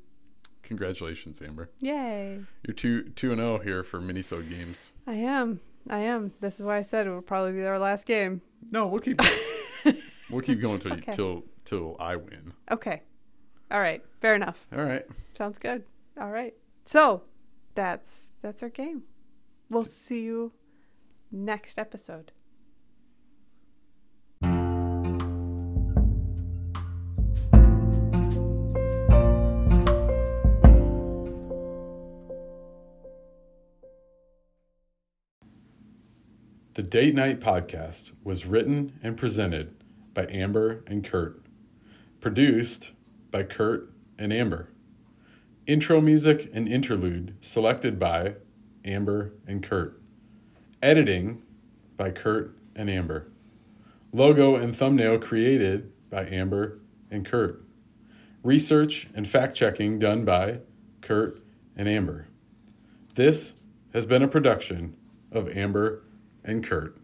[SPEAKER 2] Congratulations, Amber.
[SPEAKER 1] Yay.
[SPEAKER 2] You're two two and zero here for Miniso games.
[SPEAKER 1] I am. I am. This is why I said it would probably be our last game.
[SPEAKER 2] No, we'll keep we'll keep going till
[SPEAKER 1] Okay.
[SPEAKER 2] till till I win.
[SPEAKER 1] Okay. All right. Fair enough.
[SPEAKER 2] All right.
[SPEAKER 1] Sounds good. All right. So that's that's our game. We'll see you next episode.
[SPEAKER 2] The Date Night Podcast was written and presented by Amber and Kurt. Produced by Kurt and Amber. Intro music and interlude selected by Amber and Kurt. Editing by Kurt and Amber. Logo and thumbnail created by Amber and Kurt. Research and fact checking done by Kurt and Amber. This has been a production of Amber and Kurt.